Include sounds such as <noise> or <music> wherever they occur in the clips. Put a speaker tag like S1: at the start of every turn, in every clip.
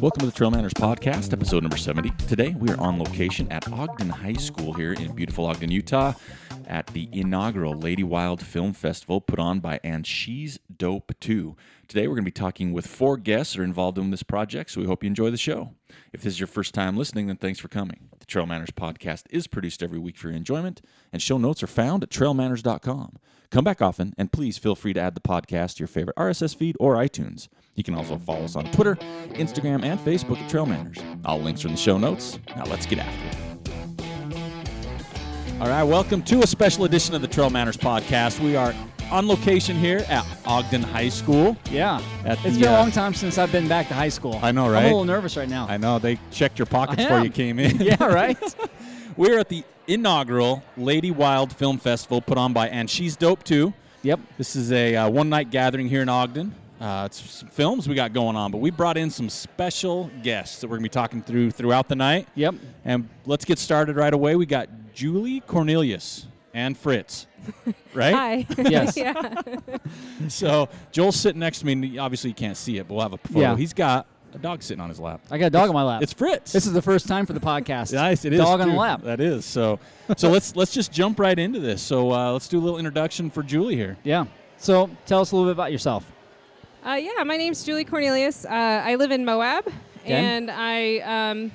S1: Welcome to the Trail Manners Podcast, episode number 70. Today we are on location at Ogden High School here in beautiful Ogden, Utah, at the inaugural Lady Wild Film Festival put on by And She's Dope 2. Today we're going to be talking with four guests that are involved in this project, so we hope you enjoy the show. If this is your first time listening, then thanks for coming. The Trail Manners Podcast is produced every week for your enjoyment, and show notes are found at trailmanners.com. Come back often, and please feel free to add the podcast to your favorite RSS feed or iTunes. You can also follow us on Twitter, Instagram, and Facebook at Trail Manners. All links are in the show notes. Now let's get after it. All right, welcome to a special edition of the Trail Manners podcast. We are on location here at Ogden High School.
S2: Yeah.
S1: At
S2: it's
S1: the,
S2: been
S1: uh,
S2: a long time since I've been back to high school.
S1: I know,
S2: I'm
S1: right?
S2: a little nervous right <laughs> now.
S1: I know they checked your pockets
S2: I
S1: before
S2: am.
S1: you came <laughs> in.
S2: yeah, right?
S1: We're at the inaugural Lady Wild Film Festival put on by And She's Dope Too.
S2: yep.
S1: This is a uh, one night gathering here in Ogden. Uh, it's some films we got going on, but we brought in some special guests that we're going to be talking through throughout the night.
S2: Yep.
S1: And let's get started right away. We got Julie Cornelius and
S2: <laughs>
S1: Fritz, right?
S3: Hi. <laughs>
S2: Yes.
S3: yeah.
S1: So Joel's sitting next to me, and obviously you can't see it, but we'll have a photo.
S2: Yeah.
S1: He's got a dog sitting on his lap.
S2: I got a dog on my lap.
S1: It's Fritz.
S2: this is the first time for the podcast.
S1: Nice, it is.
S2: Dog on
S1: too.
S2: the lap.
S1: That is so. So let's <laughs> let's just jump right into this. So uh, let's do a little introduction for Julie here.
S2: Yeah. So tell us a little bit about yourself.
S3: Uh, yeah, my name's Julie Cornelius. Uh, I live in Moab, and I um,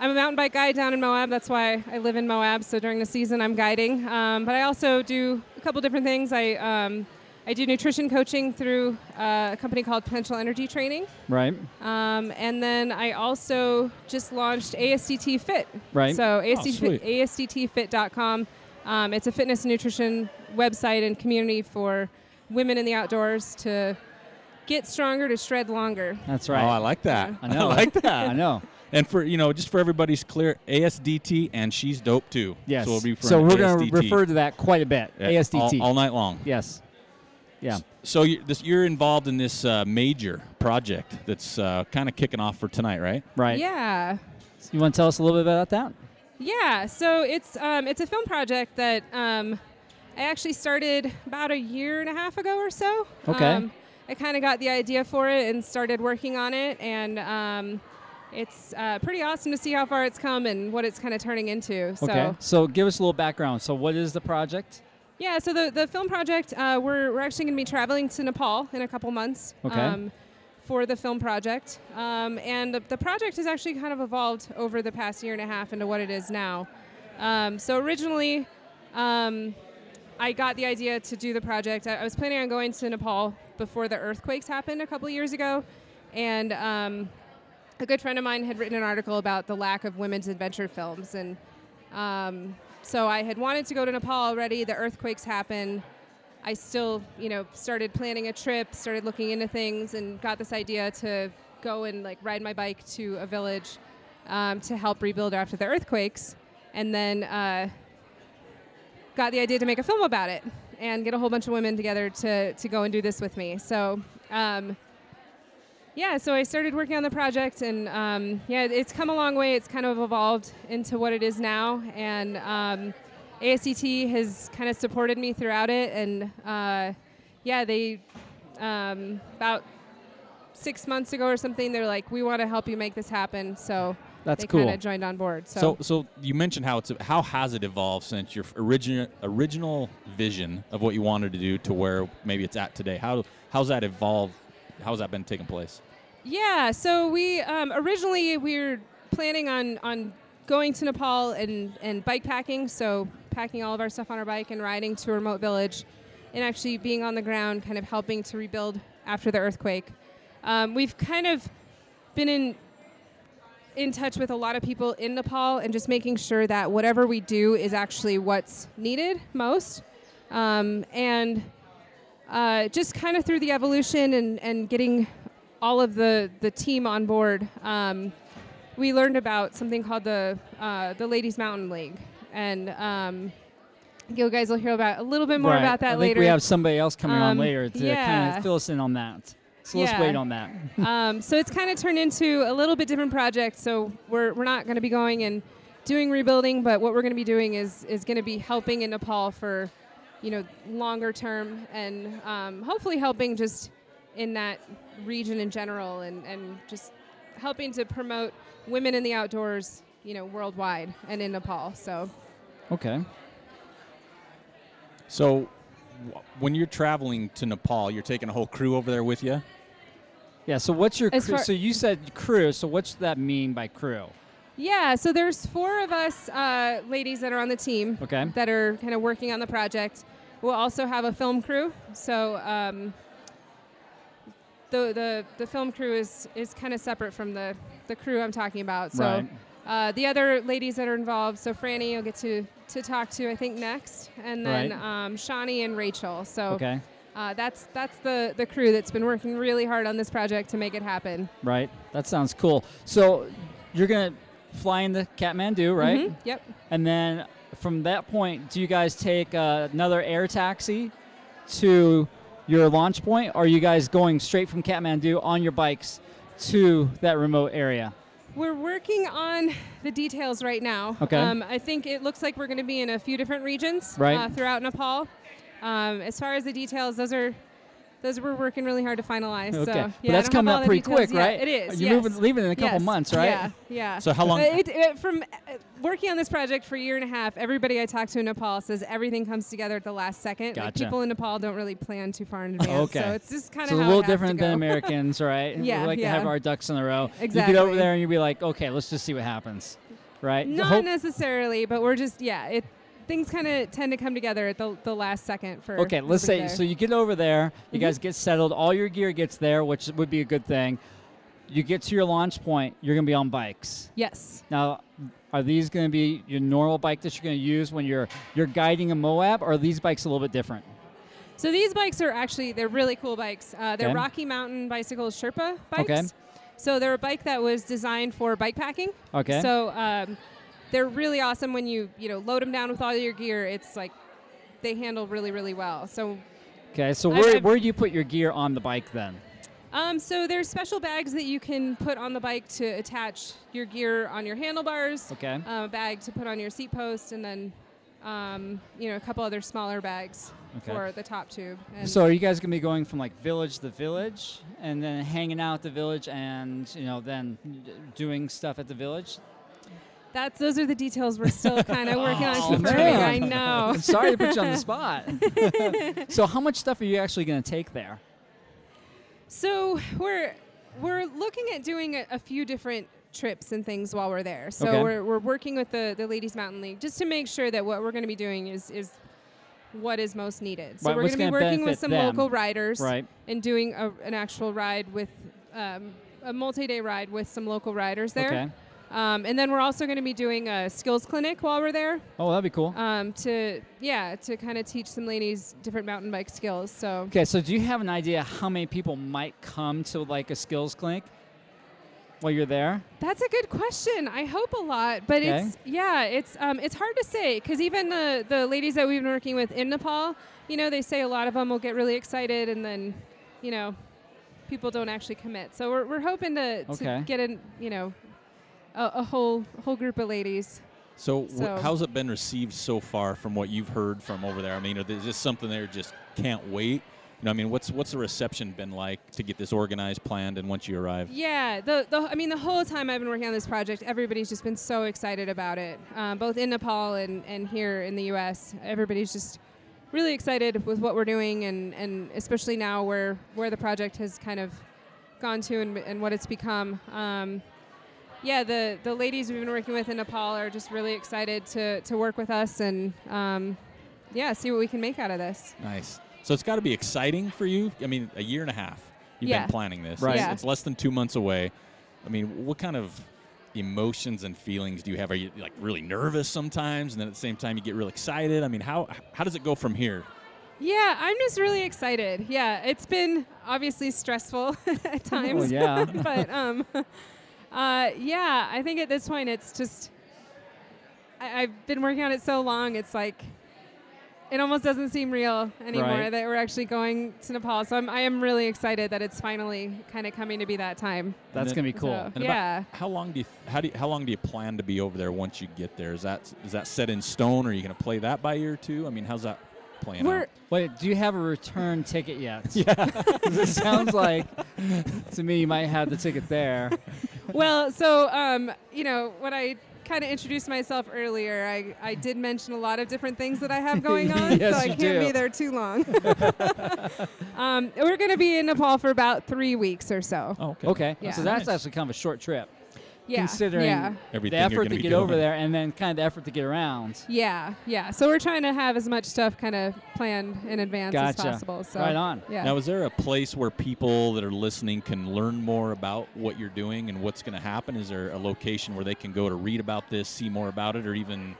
S3: I'm a mountain bike guide down in Moab. That's why I live in Moab. So during the season, I'm guiding, um, but I also do a couple different things. I um, I do nutrition coaching through uh, a company called Potential Energy Training,
S2: Right.
S3: um, and then I also just launched ASDT Fit.
S2: Right. Oh,
S3: So ASDT,
S1: sweet.
S3: ASDTFit.com. Um, it's a fitness and nutrition website and community for women in the outdoors to get stronger, to shred longer.
S2: That's
S1: Oh, I
S2: right.
S1: like that.
S2: I
S1: <laughs>
S2: know.
S1: I like that.
S2: <laughs> I know.
S1: And for you know, just for everybody's clear, ASDT and she's dope too.
S2: Yes.
S1: So we'll be
S2: So we're gonna
S1: ASDT.
S2: refer to that quite a bit.
S1: Yeah,
S2: ASDT.
S1: all, all night long.
S2: yes. Yeah.
S1: So you, this, you're involved in this uh, major project that's uh, kind of kicking off for tonight, right?
S2: Right.
S3: Yeah.
S2: You want to tell us a little bit about that?
S3: Yeah, so it's um, it's a film project that um, I actually started about a year and a half ago or so.
S2: Okay.
S3: Um, I kind of got the idea for it and started working on it, and um, it's uh, pretty awesome to see how far it's come and what it's kind of turning into. So
S2: Okay. So give us a little background. So what is the project?
S3: yeah, so the, the film project, uh, we're, we're actually going to be traveling to Nepal in a couple months um,
S2: Okay.
S3: for the film project. Um, and the, the project has actually kind of evolved over the past year and a half into what it is now. Um, so originally, um, I got the idea to do the project. I, I was planning on going to Nepal before the earthquakes happened a couple years ago. And um, a good friend of mine had written an article about the lack of women's adventure films and um, so i had wanted to go to nepal already the earthquakes happened i still you know started planning a trip started looking into things and got this idea to go and like ride my bike to a village um, to help rebuild after the earthquakes and then uh, got the idea to make a film about it and get a whole bunch of women together to, to go and do this with me so um, yeah, so I started working on the project, and um, yeah, it- it's come a long way. It's kind of evolved into what it is now, and um, ASCT has kind of supported me throughout it. And uh, yeah, they um, about six months ago or something, they're like, "We want to help you make this happen." So
S2: That's
S3: they
S2: cool.
S3: kind of joined on board.
S1: So so you mentioned how it's how has it evolved since your original original vision of what you wanted to do to where maybe it's at today. How how's that evolved? How's that been taking place?
S3: Yeah, so we um, originally we were planning on on going to Nepal and and bike packing, so packing all of our stuff on our bike and riding to a remote village, and actually being on the ground, kind of helping to rebuild after the earthquake. Um, we've kind of been in in touch with a lot of people in Nepal and just making sure that whatever we do is actually what's needed most. Um, and uh, just kind of through the evolution and, and getting all of the, the team on board, um, we learned about something called the, uh, the Ladies Mountain League. And um, you guys will hear about a little bit more
S2: Right.
S3: about
S2: I
S3: that
S2: think
S3: later.
S2: We have somebody else coming on
S3: Um,
S2: later to kind
S3: yeah.
S2: of fill us in on that. So let's
S3: Yeah.
S2: wait on that.
S3: um, so it's kind of turned into a little bit different project. So we're, we're not going to be going and doing rebuilding, but what we're going to be doing is is going to be helping in Nepal for, you know, longer term and um, hopefully helping just in that region in general and, and just helping to promote women in the outdoors, you know, worldwide and in Nepal. So
S2: Okay.
S1: So, w- when you're traveling to Nepal, you're taking a whole crew over there with you.
S2: Yeah. So what's your
S3: As
S2: crew?
S3: far-
S2: So you said crew. So what's that mean by crew?
S3: Yeah, so there's four of us uh, ladies that are on the team
S2: Okay.
S3: that are kind of working on the project. We'll also have a film crew. So um, the, the the film crew is is kind of separate from the the crew I'm talking about. So
S2: Right.
S3: uh, the other ladies that are involved. So Franny, you'll get to to talk to I think next, and then
S2: Right.
S3: um, Shawnee and Rachel. So
S2: Okay.
S3: uh, that's that's the the crew that's been working really hard on this project to make it happen.
S2: Right. That sounds cool. So you're gonna fly into Kathmandu, right?
S3: Mhm, Yep.
S2: And then from that point, do you guys take uh, another air taxi to your launch point? Or are you guys going straight from Kathmandu on your bikes to that remote area?
S3: We're working on the details right now.
S2: Okay.
S3: Um, I think it looks like we're going to be in a few different regions
S2: Right.
S3: uh, throughout Nepal. Um, as far as the details, those are those we're working really hard to finalize. So,
S2: Okay,
S3: yeah, I
S2: but that's
S3: don't have
S2: coming
S3: all
S2: up
S3: the
S2: pretty
S3: details
S2: quick,
S3: yet.
S2: right?
S3: It is.
S2: You're
S3: yes.
S2: moving, leaving in a couple
S3: Yes.
S2: months, right?
S3: Yeah. Yeah.
S1: So how long-
S3: Uh, it, it, from uh, working on this project for a year and a half, everybody I talk to in Nepal says everything comes together at the last second. Like,
S2: Gotcha.
S3: people in Nepal don't really plan too far in advance.
S2: Okay.
S3: So it's just kind of
S2: So it's a little different
S3: <laughs>
S2: than Americans, right?
S3: Yeah,
S2: we like to have
S3: yeah.
S2: our ducks in a row. You get over
S3: Exactly.
S2: there and you'd be like, okay, let's just see what happens, right? The
S3: Not
S2: hope-
S3: necessarily, but we're just yeah. It things kind of tend to come together at the, the last second for.
S2: Okay, let's say
S3: everybody
S2: so
S3: there. Mm-hmm.
S2: you get over there, you guys get settled, all your gear gets there, which would be a good thing. You get to your launch point, you're going to be on bikes.
S3: yes,
S2: Now, are these going to be your normal bike that you're going to use when you're you're guiding a Moab or are these bikes a little bit different?
S3: so these bikes are actually they're really cool bikes. Uh, they're
S2: Okay.
S3: Rocky Mountain Bicycle Sherpa bikes.
S2: Okay.
S3: So they're a bike that was designed for bike packing.
S2: Okay.
S3: So um, they're really awesome when you you know load them down with all your gear. It's like they handle really really well. So
S2: Okay, so
S3: I-
S2: where
S3: I've-
S2: where do you put your gear on the bike then?
S3: Um, so there's special bags that you can put on the bike to attach your gear on your handlebars.
S2: Okay.
S3: Um, a bag to put on your seat post, and then um, you know a couple other smaller bags
S2: Okay.
S3: for the top tube. And
S2: So are you guys going to be going from like village to village and then hanging out at the village and, you know, then doing stuff at the village?
S3: that's those are the details we're
S2: <laughs>
S3: still kind of working
S2: Oh,
S3: on confirming.
S2: man. <laughs>
S3: I know.
S2: I'm sorry to put you on the spot. <laughs> so how much stuff are you actually going to take there?
S3: So we're we're looking at doing a, a few different trips and things while we're there. So
S2: Okay.
S3: we're, we're working with the, the Ladies Mountain League just to make sure that what we're going to be doing is is what is most needed. So
S2: Right,
S3: we're
S2: what's
S3: going to be
S2: gonna
S3: working
S2: benefit
S3: with some
S2: them,
S3: local riders
S2: right.
S3: and doing a, an actual ride with um, a multi-day ride with some local riders there.
S2: Okay.
S3: Um, and then we're also going to be doing a skills clinic while we're there
S2: Oh, that'd be cool.
S3: um, to yeah to kind of teach some ladies different mountain bike skills. So
S2: Okay, so do you have an idea how many people might come to like a skills clinic while you're there?
S3: That's a good question. I hope a lot, but
S2: Okay.
S3: it's yeah, it's um, it's hard to say because even the the ladies that we've been working with in Nepal, you know, they say a lot of them will get really excited and then, you know, people don't actually commit. So we're, we're hoping to, to
S2: Okay.
S3: get in, you know, a, a whole whole group of ladies.
S1: So, wh-
S3: So-
S1: how's it been received so far from what you've heard from over there? I mean, is this something they're just can't wait? You know, I mean, what's what's the reception been like to get this organized, planned, and once you arrive?
S3: Yeah, the, the I mean the whole time I've been working on this project, everybody's just been so excited about it, um, both in Nepal and, and here in the U.S. Everybody's just really excited with what we're doing, and, and especially now where where the project has kind of gone to and, and what it's become. Um, yeah, the the ladies we've been working with in Nepal are just really excited to to work with us and. Um, yeah, see what we can make out of this.
S1: Nice. So it's got to be exciting for you. I mean, a year and a half. You've
S3: Yeah.
S1: been planning this.
S2: Right.
S1: It's,
S3: Yeah.
S1: it's less than two months away. I mean, what kind of emotions and feelings do you have? Are you like really nervous sometimes, and then at the same time you get real excited? I mean, how how does it go from here?
S3: Yeah, I'm just really excited. Yeah, it's been obviously stressful <laughs> at times.
S2: Oh, yeah.
S3: <laughs> but um, uh, yeah, I think at this point it's just I, I've been working on it so long. It's like it almost doesn't seem real anymore
S2: Right.
S3: that we're actually going to Nepal. So I'm I am really excited that it's finally kind of coming to be that time.
S2: That's
S1: then-
S2: gonna be cool.
S3: So-
S1: And
S3: Yeah.
S1: About how long do you how do you, how long do you plan to be over there once you get there? Is that is that set in stone? Or are you going to play that by ear too? I mean, how's that playing
S3: We're
S1: out?
S2: Wait, do you have a return ticket yet? <laughs> Yeah. it sounds like to me you might have the ticket there.
S3: well, so um, you know, when I kind of introduced myself earlier, I, I did mention a lot of different things that I
S2: <laughs>
S3: have going on,
S2: Yes,
S3: so I
S2: you
S3: can't
S2: do.
S3: be there
S2: <laughs>
S3: too long. <laughs> um, we're going to be in Nepal for about three weeks or so.
S1: Oh, okay.
S2: Okay.
S3: Yeah.
S2: So that's
S1: Nice.
S2: actually kind of a short trip.
S3: yeah,
S2: Considering
S3: yeah,
S1: Everything
S2: the
S1: you're
S2: effort
S1: gonna
S2: to
S1: be
S2: get
S1: doing.
S2: over there and then kind of the effort to get around.
S3: yeah, yeah. So we're trying to have as much stuff kind of planned in advance as
S2: Gotcha.
S3: possible. So
S2: Right on.
S3: Yeah.
S1: Now, is there a place where people that are listening can learn more about what you're doing and what's going to happen? Is there a location where they can go to read about this, see more about it, or even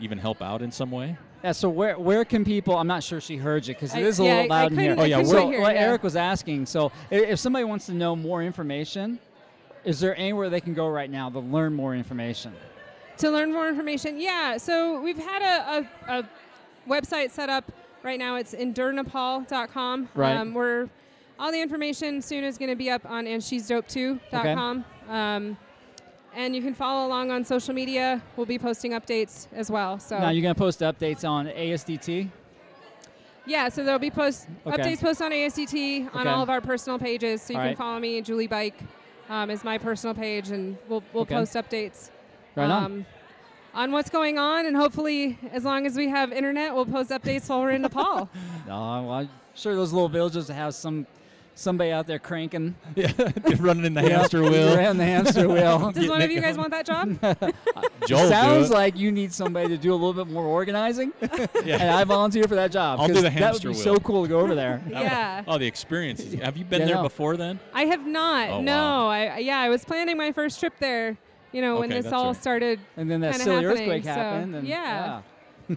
S1: even help out in some way? <laughs>
S2: Yeah, so where where can people? I'm not sure she heard you because
S3: I-
S2: it is a
S3: yeah, I-
S2: little
S3: I
S2: loud in here.
S3: couldn't- I Oh, yeah, couldn't
S2: so
S3: hear,
S2: what
S3: yeah.
S2: Eric was asking. So i- if somebody wants to know more information, is there anywhere they can go right now to learn more information?
S3: to learn more information yeah so we've had a, a, a website set up right now it's endurenepal.com
S2: Right.
S3: um, we're all the information soon is going to be up on and she's dope too.com um, and you can follow along on social media we'll be posting updates as well so
S2: Now you're gonna post updates on ASDT.
S3: yeah so there'll be post
S2: Okay.
S3: updates posted on asdt on
S2: Okay.
S3: all of our personal pages so you
S2: All
S3: can
S2: right.
S3: follow me julie bike um, is my personal page and we'll, we'll
S2: Okay.
S3: post updates
S2: Right on.
S3: um, on what's going on, and hopefully, as long as we have internet, we'll post updates while we're
S1: <laughs>
S3: in Nepal.
S2: No, well, I'm sure those little villages have some somebody out there cranking
S1: Running
S2: <laughs>
S1: in the hamster wheel.
S2: around the hamster
S3: <laughs>
S2: wheel.
S3: Does one of you guys want
S1: <laughs>
S3: that job?
S1: Joel, do
S2: Sounds
S1: it.
S2: like you need somebody to do a little bit
S1: <laughs>
S2: more organizing, and I volunteer for that job.
S1: I'll do
S2: 'cause
S1: the
S2: That would be
S1: hamster
S2: so
S1: wheel.
S2: cool to go
S1: <laughs>
S2: over there.
S3: yeah,
S1: Oh, the experience. is- Have you been
S2: Yeah,
S1: there
S2: no.
S1: before then?
S3: I have not.
S1: Oh,
S3: no,
S1: wow.
S3: I I- yeah, I was planning my first trip there. You know, when
S1: Okay,
S3: this
S1: that's
S3: all
S1: right.
S3: started.
S2: And then that
S3: Kinda
S2: silly
S3: happening,
S2: earthquake
S3: so,
S2: happened. and,
S3: yeah.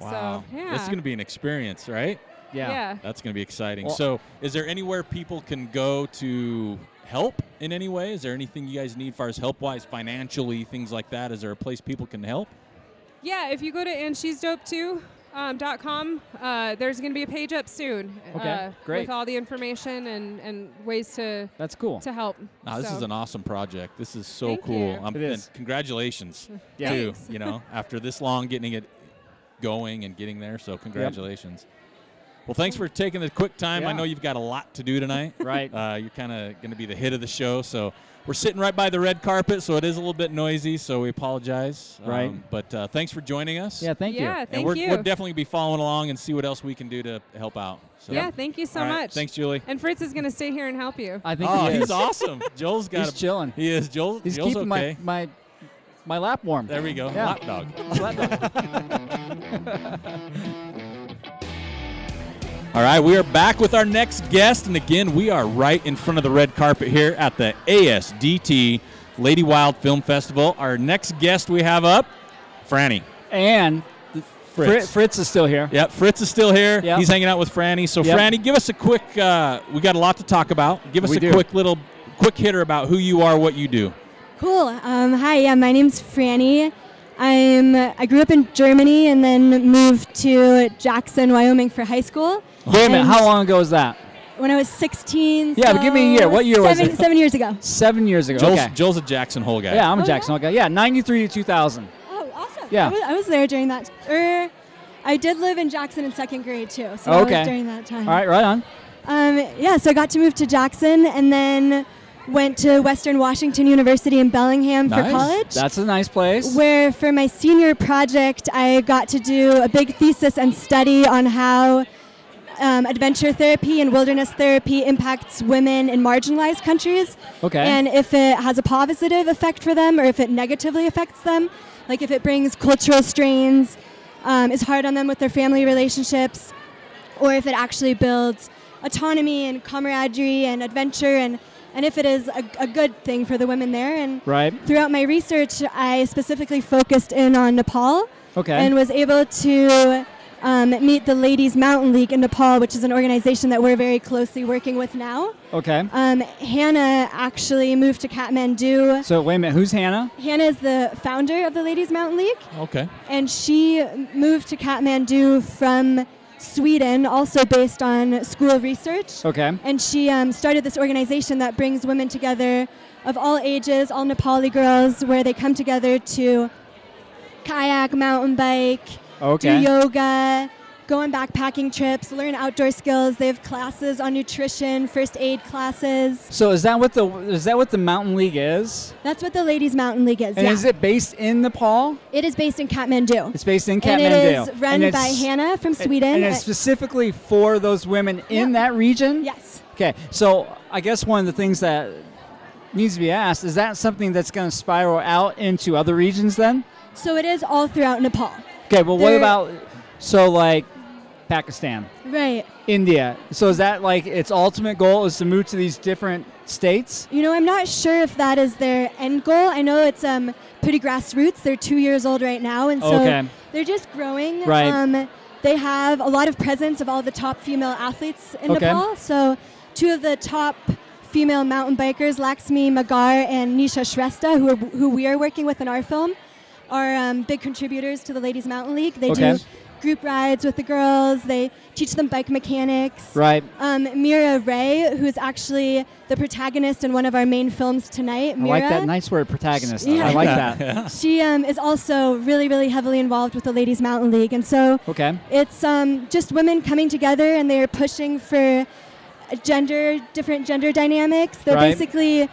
S1: Wow.
S3: yeah.
S1: This is going to be an experience, right?
S2: yeah. yeah.
S3: Yeah.
S1: That's going to be exciting.
S2: Well-
S1: so, is there anywhere people can go to help in any way? Is there anything you guys need, far as help wise, financially, things like that? Is there a place people can help?
S3: Yeah, if you go to and she's dope too. Um, dot com. Uh, there's going to be a page up soon.
S2: Okay,
S3: uh,
S2: great.
S3: With all the information and, and ways to
S2: That's cool.
S3: to help.
S1: Now, this
S3: So,
S1: is an awesome project. This is so
S3: Thank
S1: cool.
S3: you.
S1: I'm,
S2: It
S1: and
S2: is.
S3: <laughs>
S1: congratulations,
S2: Yeah.
S1: too.
S3: Thanks.
S1: You know, after this long, getting it going and getting there. So, congratulations. Well, thanks for taking the quick time. I
S2: Yeah.
S1: know you've got a lot to do
S2: <laughs>
S1: tonight. <laughs>
S2: Right.
S1: Uh, you're kind of going to be the hit of the show. So we're sitting right by the red carpet, so it is a little bit noisy. So we apologize.
S2: Right.
S1: but uh, thanks for joining us.
S2: yeah, thank
S3: yeah,
S2: you.
S3: thank
S1: and we're,
S3: you.
S1: we'll definitely be following along and see what else we can do to help out. So,
S3: yeah, thank you so
S1: all right,
S3: much.
S1: Thanks, Julie.
S3: And Fritz is going to stay here and help you.
S2: I think
S1: Oh,
S2: he
S1: he's
S2: is. <laughs>
S1: awesome. Joel's got.
S2: He's
S1: a-
S2: chilling.
S1: He is. Joel.
S2: He's
S1: Joel's
S2: keeping
S1: okay.
S2: my my my lap warm.
S1: There we go.
S2: Yeah.
S1: Hot dog. All right, we are back with our next guest. And again, we are right in front of the red carpet here at the ASDT Lady Wild Film Festival. Our next guest we have up, Franny.
S2: And Fritz.
S1: Fritz.
S2: Fritz is still here.
S1: Yeah, Fritz is still here.
S2: Yep.
S1: He's hanging out with Franny. So,
S2: Yep.
S1: Franny, give us a quick, uh, we got a lot to talk about. Give us
S2: We
S1: a
S2: do.
S1: quick little, quick hitter about who you are, what you do.
S4: Cool. Um, hi, yeah, my name's Franny. I'm I grew up in Germany and then moved to Jackson, Wyoming for high school.
S2: Wait a minute.
S4: And
S2: How long ago was that?
S4: When I was 16.
S2: Yeah, but
S4: so
S2: give me a year. What year was
S4: seven,
S2: it?
S4: Seven
S2: <laughs>
S4: years ago.
S2: Seven years ago.
S1: Joel's,
S2: okay.
S1: Joel's a Jackson Hole guy.
S2: yeah, I'm a
S4: Oh,
S2: Jackson.
S4: yeah.
S2: Okay. Yeah, 93 to 2000.
S4: Oh, awesome.
S2: Yeah.
S4: I was, I was there during that. Er, I did live in Jackson in second grade too, so I
S2: Okay.
S4: was during that
S2: All
S4: time.
S2: right, right on.
S4: Um, yeah, so I got to move to Jackson and then went to Western Washington University in Bellingham for
S1: Nice.
S4: college.
S2: That's a nice place.
S4: where for my senior project I got to do a big thesis and study on how um, adventure therapy and wilderness therapy impacts women in marginalized countries
S2: Okay.
S4: and if it has a positive effect for them or if it negatively affects them like if it brings cultural strains um, is hard on them with their family relationships or if it actually builds autonomy and camaraderie and adventure and, and if it is a, a good thing for the women there. And
S2: Right.
S4: throughout my research, I specifically focused in on Nepal
S2: Okay.
S4: and was able to um, meet the Ladies Mountain League in Nepal, which is an organization that we're very closely working with now.
S2: okay.
S4: Um, Hannah actually moved to Kathmandu.
S2: So wait a minute. Who's Hannah?
S4: Hannah is the founder of the Ladies Mountain League,
S1: Okay.
S4: and she moved to Kathmandu from Sweden, also based on school research.
S2: Okay.
S4: And she um, started this organization that brings women together of all ages, all Nepali girls, where they come together to kayak, mountain bike,
S2: Okay.
S4: do yoga, go on backpacking trips, learn outdoor skills. They have classes on nutrition, first aid classes.
S2: So is that what the is that what the Mountain League is?
S4: That's what the Ladies Mountain League is.
S2: And
S4: yeah.
S2: is it based in Nepal?
S4: it is based in Kathmandu.
S2: It's based in Kathmandu.
S4: and it is run
S2: And
S4: by
S2: it's-
S4: Hannah from Sweden.
S2: And it's specifically for those women in
S4: Yeah.
S2: that region?
S4: yes.
S2: Okay, so I guess one of the things that needs to be asked is that something that's going to spiral out into other regions then?
S4: So it is all throughout Nepal.
S2: Okay, well, what
S4: There-
S2: about so like Pakistan,
S4: Right.
S2: India? So is that like its ultimate goal is to move to these different states?
S4: You know, I'm not sure if that is their end goal. I know it's um, pretty grassroots. They're two years old right now, and so
S2: Okay.
S4: they're just growing.
S2: Right.
S4: Um, they have a lot of presence of all the top female athletes in
S2: Okay.
S4: Nepal. So, two of the top female mountain bikers, Laxmi Magar and Nisha Shrestha, who, are, who we are working with in our film, are um, big contributors to the Ladies Mountain League. They
S2: Okay.
S4: do group rides with the girls. They teach them bike mechanics.
S2: Right.
S4: Um, Mira Ray, who's actually the protagonist in one of our main films tonight. Mira,
S2: I like that nice word, protagonist.
S4: Yeah.
S2: I like that.
S4: she um, is also really, really heavily involved with the Ladies Mountain League, and so
S2: Okay.
S4: it's um, just women coming together and they are pushing for gender, different gender dynamics. They're
S2: Right.
S4: basically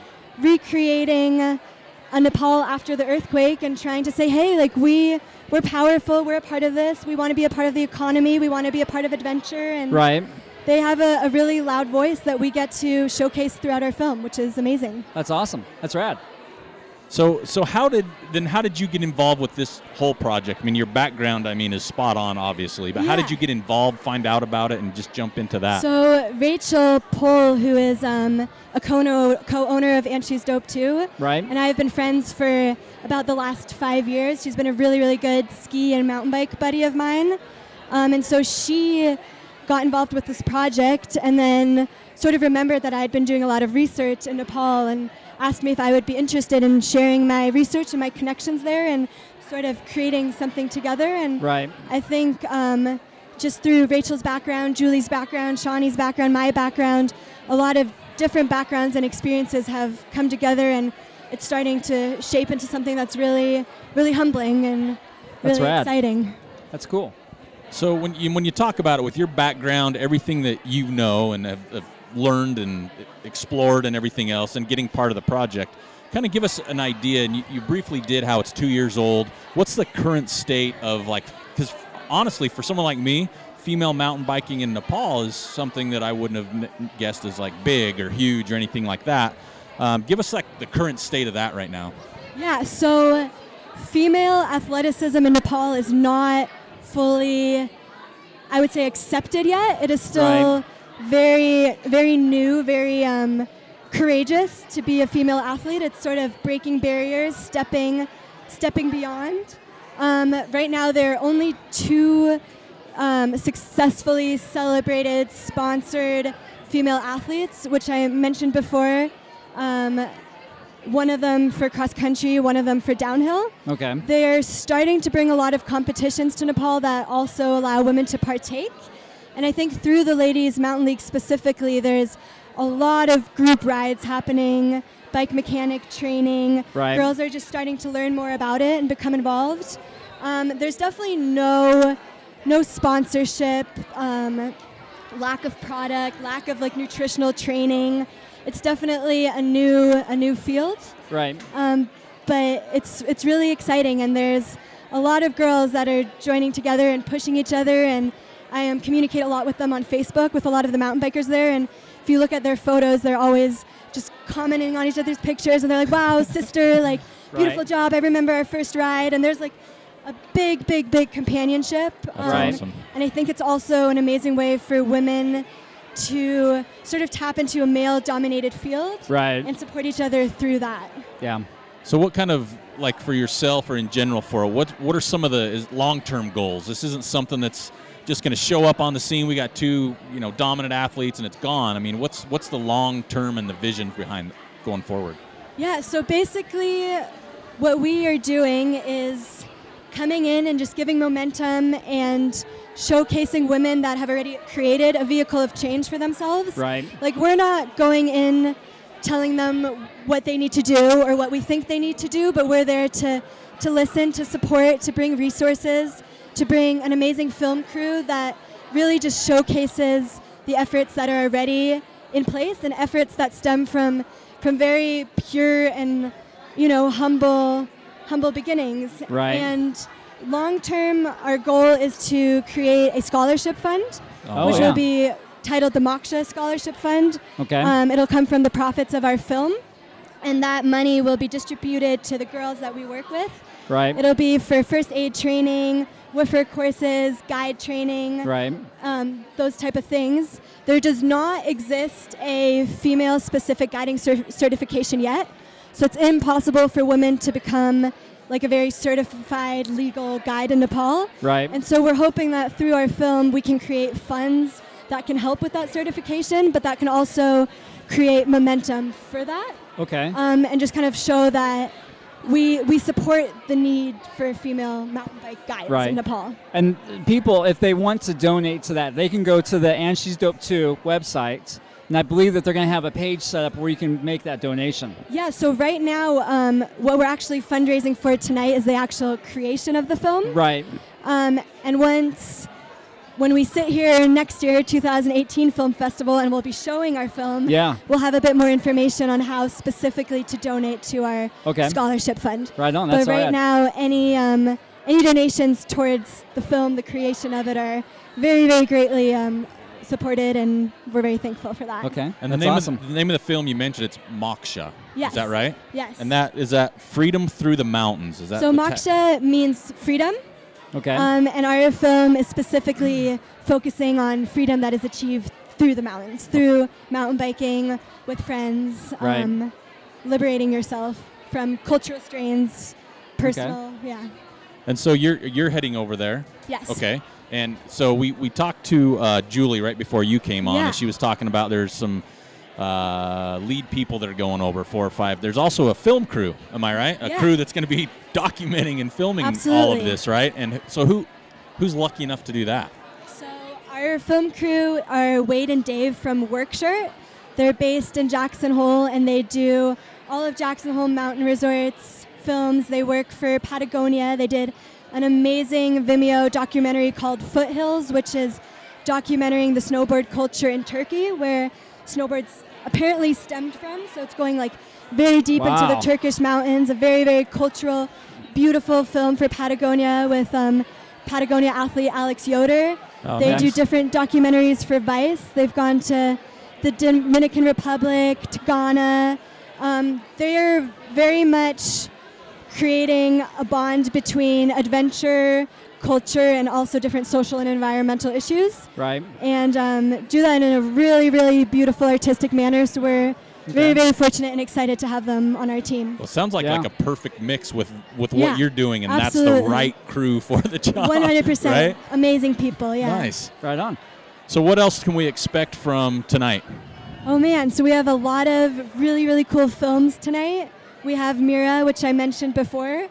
S4: recreating a Nepal after the earthquake and trying to say, hey, like we we're powerful, we're a part of this, we want to be a part of the economy, we want to be a part of adventure, and
S2: Right.
S4: they have a, a really loud voice that we get to showcase throughout our film, which is amazing.
S2: That's awesome. That's rad.
S1: So so how did then how did you get involved with this whole project? I mean, your background, I mean, is spot on, obviously. But how did
S4: Yeah.
S1: you get involved? Find out about it and just jump into that.
S4: So Rachel Pohl, who is um, a co co-owner of And She's Dope Too,
S2: Right.
S4: and I have been friends for about the last five years. She's been a really, really good ski and mountain bike buddy of mine, um, and so she got involved with this project, and then sort of remembered that I had been doing a lot of research in Nepal, and asked me if I would be interested in sharing my research and my connections there, and sort of creating something together. And
S2: Right.
S4: I think um, just through Rachel's background, Julie's background, Shawnee's background, my background, a lot of different backgrounds and experiences have come together, and it's starting to shape into something that's really, really humbling and
S2: That's
S4: really
S2: rad.
S4: exciting.
S2: That's cool.
S1: So when you when you talk about it with your background, everything that you know and have, have learned and explored and everything else, and getting part of the project, kind of give us an idea. And you, you briefly did how it's two years old. What's the current state of like? Because honestly, for someone like me, female mountain biking in Nepal is something that I wouldn't have n- guessed as like big or huge or anything like that. Um, give us like the current state of that right now.
S4: Yeah, so female athleticism in Nepal is not fully, I would say, accepted yet. It is still
S2: Right.
S4: very, very new, very um, courageous to be a female athlete. It's sort of breaking barriers, stepping, stepping beyond. Um, right now, there are only two um, successfully celebrated, sponsored female athletes, which I mentioned before. Um, one of them for cross country, one of them for downhill.
S2: Okay.
S4: They're starting to bring a lot of competitions to Nepal that also allow women to partake. And I think through the Ladies Mountain League specifically, there's a lot of group rides happening, bike mechanic training.
S2: Right.
S4: Girls are just starting to learn more about it and become involved. Um, there's definitely no, no sponsorship. Um, lack of product, lack of like nutritional training. It's definitely a new a new field,
S2: Right.
S4: um, but it's it's really exciting. And there's a lot of girls that are joining together and pushing each other. And I um, communicate a lot with them on Facebook with a lot of the mountain bikers there. And if you look at their photos, they're always just commenting on each other's pictures, and they're like, "Wow, sister! Like, beautiful
S2: Right.
S4: job! I remember our first ride." And there's like a big, big, big companionship. um,
S1: That's
S2: Right.
S1: awesome.
S4: And I think it's also an amazing way for women to sort of tap into a male dominated field
S2: Right.
S4: and support each other through that.
S2: yeah.
S1: So, what kind of like for yourself or in general for what what are some of the long term goals? This isn't something that's just going to show up on the scene. We got two you know dominant athletes and it's gone. I mean, what's what's the long term and the vision behind going forward?
S4: Yeah, so basically, what we are doing is coming in and just giving momentum and showcasing women that have already created a vehicle of change for themselves.
S2: Right.
S4: Like, we're not going in telling them what they need to do or what we think they need to do, but we're there to, to listen, to support, to bring resources, to bring an amazing film crew that really just showcases the efforts that are already in place and efforts that stem from, from very pure and, you know, humble, humble beginnings.
S2: Right.
S4: And long term, our goal is to create a scholarship fund
S2: Oh,
S1: Um,
S4: which
S2: yeah.
S4: will be titled the Moksha Scholarship Fund.
S2: Okay.
S4: Um, it'll come from the profits of our film, and that money will be distributed to the girls that we work with.
S2: right.
S4: It'll be for first aid training, woofer courses, guide training,
S2: right.
S4: um, those type of things. There does not exist a female-specific guiding cer- certification yet, so it's impossible for women to become like a very certified legal guide in Nepal.
S2: Right.
S4: And so we're hoping that through our film we can create funds that can help with that certification, but that can also create momentum for that,
S2: Okay.
S4: um, and just kind of show that we we support the need for female mountain bike guides
S2: Right.
S4: in Nepal.
S2: And people, if they want to donate to that, they can go to the And She's Dope 2 website. And I believe that they're going to have a page set up where you can make that donation.
S4: Yeah. So right now, um, what we're actually fundraising for tonight is the actual creation of the film.
S2: Right.
S4: Um, and once, when we sit here next year, 2018 Film Festival, and we'll be showing our film,
S2: Yeah.
S4: we'll have a bit more information on how specifically to donate to our
S2: Okay.
S4: scholarship fund.
S2: Right on.
S4: But
S2: That's all I
S4: right
S2: had.
S4: now, any um, any donations towards the film, the creation of it, are very, very greatly um, supported, and we're very thankful for that.
S2: Okay.
S1: And
S2: That's
S1: the name
S2: awesome.
S1: of the, the name of the film you mentioned it's Moksha.
S4: Yes.
S1: Is that right?
S4: Yes.
S1: And that is that freedom through the mountains. Is that
S4: so
S1: the ta-
S4: moksha means freedom,
S2: okay.
S4: um, and our film is specifically focusing on freedom that is achieved through the mountains, through mountain biking with friends,
S2: Right.
S4: um, liberating yourself from cultural strains, personal, yeah,
S1: And so you're you're heading over there.
S4: yes.
S1: Okay. And so we, we talked to uh, Julie right before you came on,
S4: Yeah.
S1: and she was talking about there's some uh, lead people that are going over, four or five. There's also a film crew, am I right? A
S4: Yeah.
S1: crew that's going to be <laughs> documenting and filming all
S4: Absolutely.
S1: of this, right? And so who who's lucky enough to do that?
S4: So our film crew are Wade and Dave from Workshirt. They're based in Jackson Hole and they do all of Jackson Hole Mountain Resorts films. They work for Patagonia. They did an amazing Vimeo documentary called Foothills, which is documenting the snowboard culture in Turkey, where snowboards apparently stemmed from. So it's going like very deep into
S2: Wow.
S4: the Turkish mountains. A very very cultural, beautiful film for Patagonia with um, Patagonia athlete Alex Yoder. they do
S2: nice.
S4: different documentaries for Vice. They've gone to the Dominican Republic, to Ghana. Um, they are very much creating a bond between adventure, culture, and also different social and environmental issues
S2: right.
S4: and um, do that in a really, really beautiful artistic manner. So we're very, very fortunate and excited to have them on our team.
S1: Well, it sounds like
S2: Yeah.
S1: like a perfect mix with with
S4: Yeah.
S1: what you're doing, and that's the
S4: Absolutely.
S1: right crew for the job. <laughs>
S4: 100%
S1: Right?
S4: amazing people, yeah.
S1: Nice.
S2: Right on.
S1: So what else can we expect from tonight?
S4: Oh man, so we have a lot of really, really cool films tonight. We have Mira, which I mentioned before,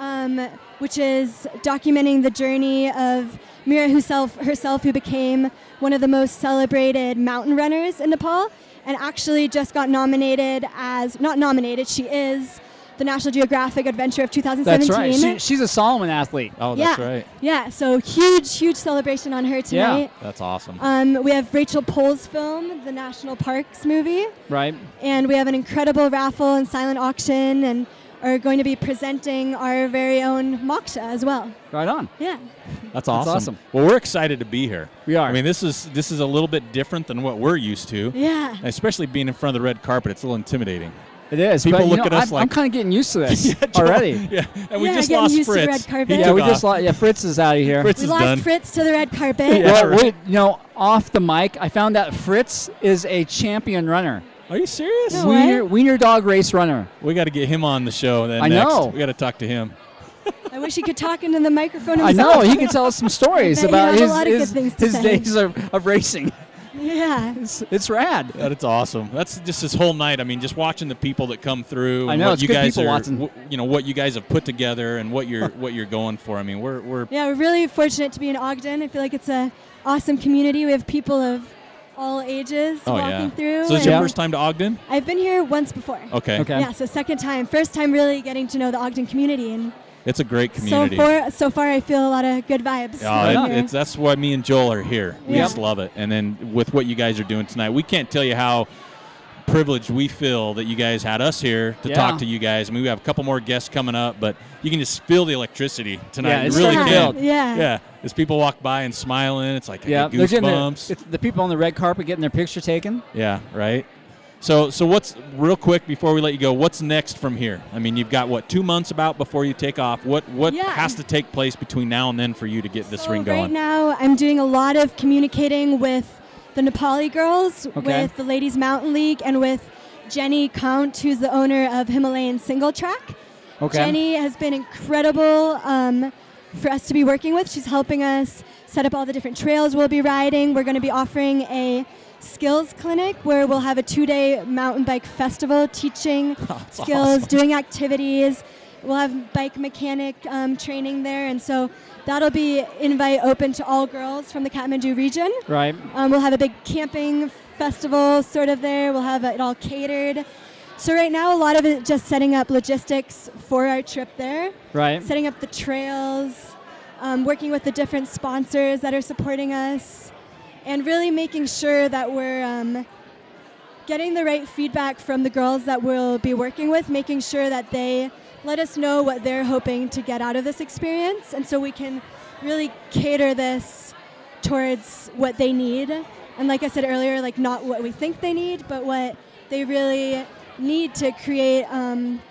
S4: um, which is documenting the journey of Mira herself, herself, who became one of the most celebrated mountain runners in Nepal, and actually just got nominated as not nominated, she is the National Geographic Adventure of 2017.
S2: That's right. She, she's a Solomon athlete.
S1: Oh,
S4: yeah,
S1: that's right.
S4: yeah. So huge, huge celebration on her
S2: Yeah.
S4: tonight.
S1: That's awesome.
S4: Um, we have Rachel Pohl's film, the National Parks movie
S2: Right.
S4: and we have an incredible raffle and silent auction and are going to be presenting our very own moksha as well
S2: Right on.
S4: yeah
S1: That's awesome.
S2: That's awesome.
S1: Well, we're excited to be here.
S2: We are.
S1: I mean, this is this is a little bit different than what we're used to.
S4: yeah <laughs>
S1: Especially being in front of the red carpet, it's a little intimidating.
S2: It is.
S1: People
S2: but, you
S1: look
S2: know,
S1: at us
S2: I'm,
S1: like-
S2: I'm kind of getting used to this
S1: Joel-
S2: already.
S1: <laughs> Yeah, and we
S4: Yeah,
S1: just
S4: getting
S1: lost
S4: used to
S1: Fritz.
S4: red carpet.
S1: He
S4: Yeah,
S2: Yeah,
S1: took
S2: we
S1: off.
S2: just lost. Yeah, Fritz is out of here.
S1: Fritz
S4: We
S1: is
S4: lost
S1: done.
S4: Fritz to the red carpet.
S1: Yeah.
S2: Well, wait, you know, off the mic, I found out Fritz is a champion runner,
S1: Are you serious?
S4: No. What?
S2: wiener, wiener dog race runner.
S1: We got to get him on the show. Then
S2: I
S1: next.
S2: know.
S1: We got to talk to him.
S4: I wish he could talk into the microphone
S2: I
S4: himself.
S2: know he can tell us
S4: <laughs>
S2: some stories
S4: bet he
S2: about
S4: has a
S2: his
S4: lot of good
S2: his,
S4: things to
S2: his
S4: say.
S2: days of, of racing. <laughs>
S4: <laughs> Yeah.
S2: It's, it's rad.
S1: That it's awesome. That's just this whole night. I mean, just watching the people that come through. And
S2: I know,
S1: what
S2: it's
S1: you
S2: good
S1: guys
S2: people,
S1: are,
S2: Watson.
S1: w- you know what you guys have put together and what
S2: <laughs>
S1: you're what you're going for. I mean, we're we're
S4: Yeah, we're really fortunate to be in Ogden. I feel like it's a awesome community. We have people of all ages
S1: oh
S4: walking
S1: yeah.
S4: through.
S1: So it's
S4: and
S1: your
S2: Yeah.
S1: first time to Ogden.
S4: I've been here once before.
S1: Okay.
S2: Okay.
S4: Yeah, so second time. First time really getting to know the Ogden community and
S1: It's a great community.
S4: so far so far I feel a lot of good vibes.
S1: Yeah,
S2: Yeah.
S1: Uh, it- it's, that's why me and Joel are here. We
S4: Yeah.
S1: just love it. And then with what you guys are doing tonight, we can't tell you how privileged we feel that you guys had us here to
S2: Yeah.
S1: talk to you guys. I mean, we have a couple more guests coming up, but you can just feel the electricity tonight.
S2: Yeah,
S1: you
S2: it's
S1: really
S2: starting to
S1: can.
S2: build.
S4: Yeah.
S1: Yeah. As people walk by and smiling, it's like I
S2: Yeah,
S1: get
S2: they're getting their,
S1: goosebumps.
S2: it's the people on the red carpet getting their picture taken.
S1: yeah, right. So, so what's real quick before we let you go? What's next from here? I mean, you've got what two months about before you take off. What what
S4: Yeah.
S1: has to take place between now and then for you to get this
S4: So
S1: ring
S4: Right
S1: going?
S4: now, I'm doing a lot of communicating with the Nepali girls, with the Ladies Mountain League, and with Jenny Count, who's the owner of Himalayan Single Track.
S2: Okay.
S4: Jenny has been incredible um, for us to be working with. She's helping us set up all the different trails we'll be riding. We're going to be offering a skills clinic where we'll have a two-day mountain bike festival teaching skills, doing activities. We'll have bike mechanic um, training there, and so that'll be invite open to all girls from the Kathmandu region.
S2: Right.
S4: Um, we'll have a big camping festival sort of there. We'll have it all catered. So right now, a lot of it just setting up logistics for our trip there,
S2: Right.
S4: setting up the trails, um, working with the different sponsors that are supporting us, and really making sure that we're um, getting the right feedback from the girls that we'll be working with, making sure that they let us know what they're hoping to get out of this experience, and so we can really cater this towards what they need. And like I said earlier, like not what we think they need, but what they really need to create um,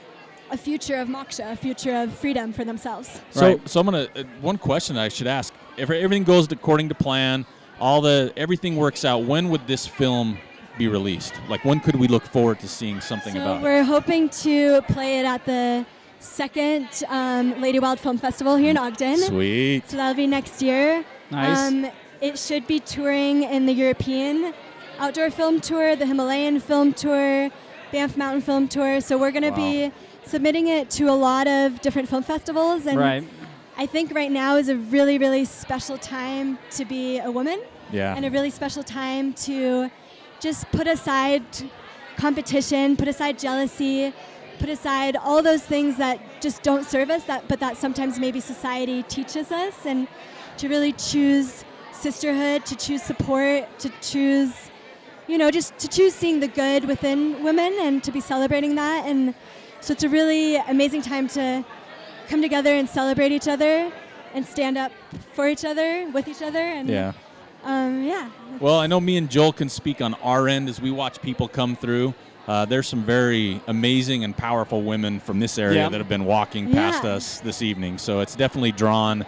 S4: a future of moksha, a future of freedom for themselves.
S1: So,
S2: Right.
S1: so I'm gonna. Uh, one question I should ask: If everything goes according to plan, all the everything works out, when would this film be released? Like, when could we look forward to seeing something
S4: so
S1: about it?
S4: we're hoping to play it at the second um, Lady Wild Film Festival here in Ogden.
S1: Mm. Sweet.
S4: So that'll be next year.
S2: Nice.
S4: Um, it should be touring in the European Outdoor Film Tour, the Himalayan Film Tour, Banff Mountain Film Tour. So we're going to be submitting it to a lot of different film festivals. And
S2: Right.
S4: I think right now is a really, really special time to be a woman and a
S1: Yeah.
S4: really special time to just put aside competition, put aside jealousy, put aside all those things that just don't serve us that but that sometimes maybe society teaches us and to really choose sisterhood, to choose support, to choose you know, just to choose seeing the good within women and to be celebrating that and so it's a really amazing time to come together and celebrate each other and stand up for each other with each other and
S1: Yeah.
S4: um, yeah.
S1: Well, I know me and Joel can speak on our end as we watch people come through. Uh, there's some very amazing and powerful women from this area
S2: Yeah.
S1: that have been walking past
S4: Yeah.
S1: us this evening. So it's definitely drawn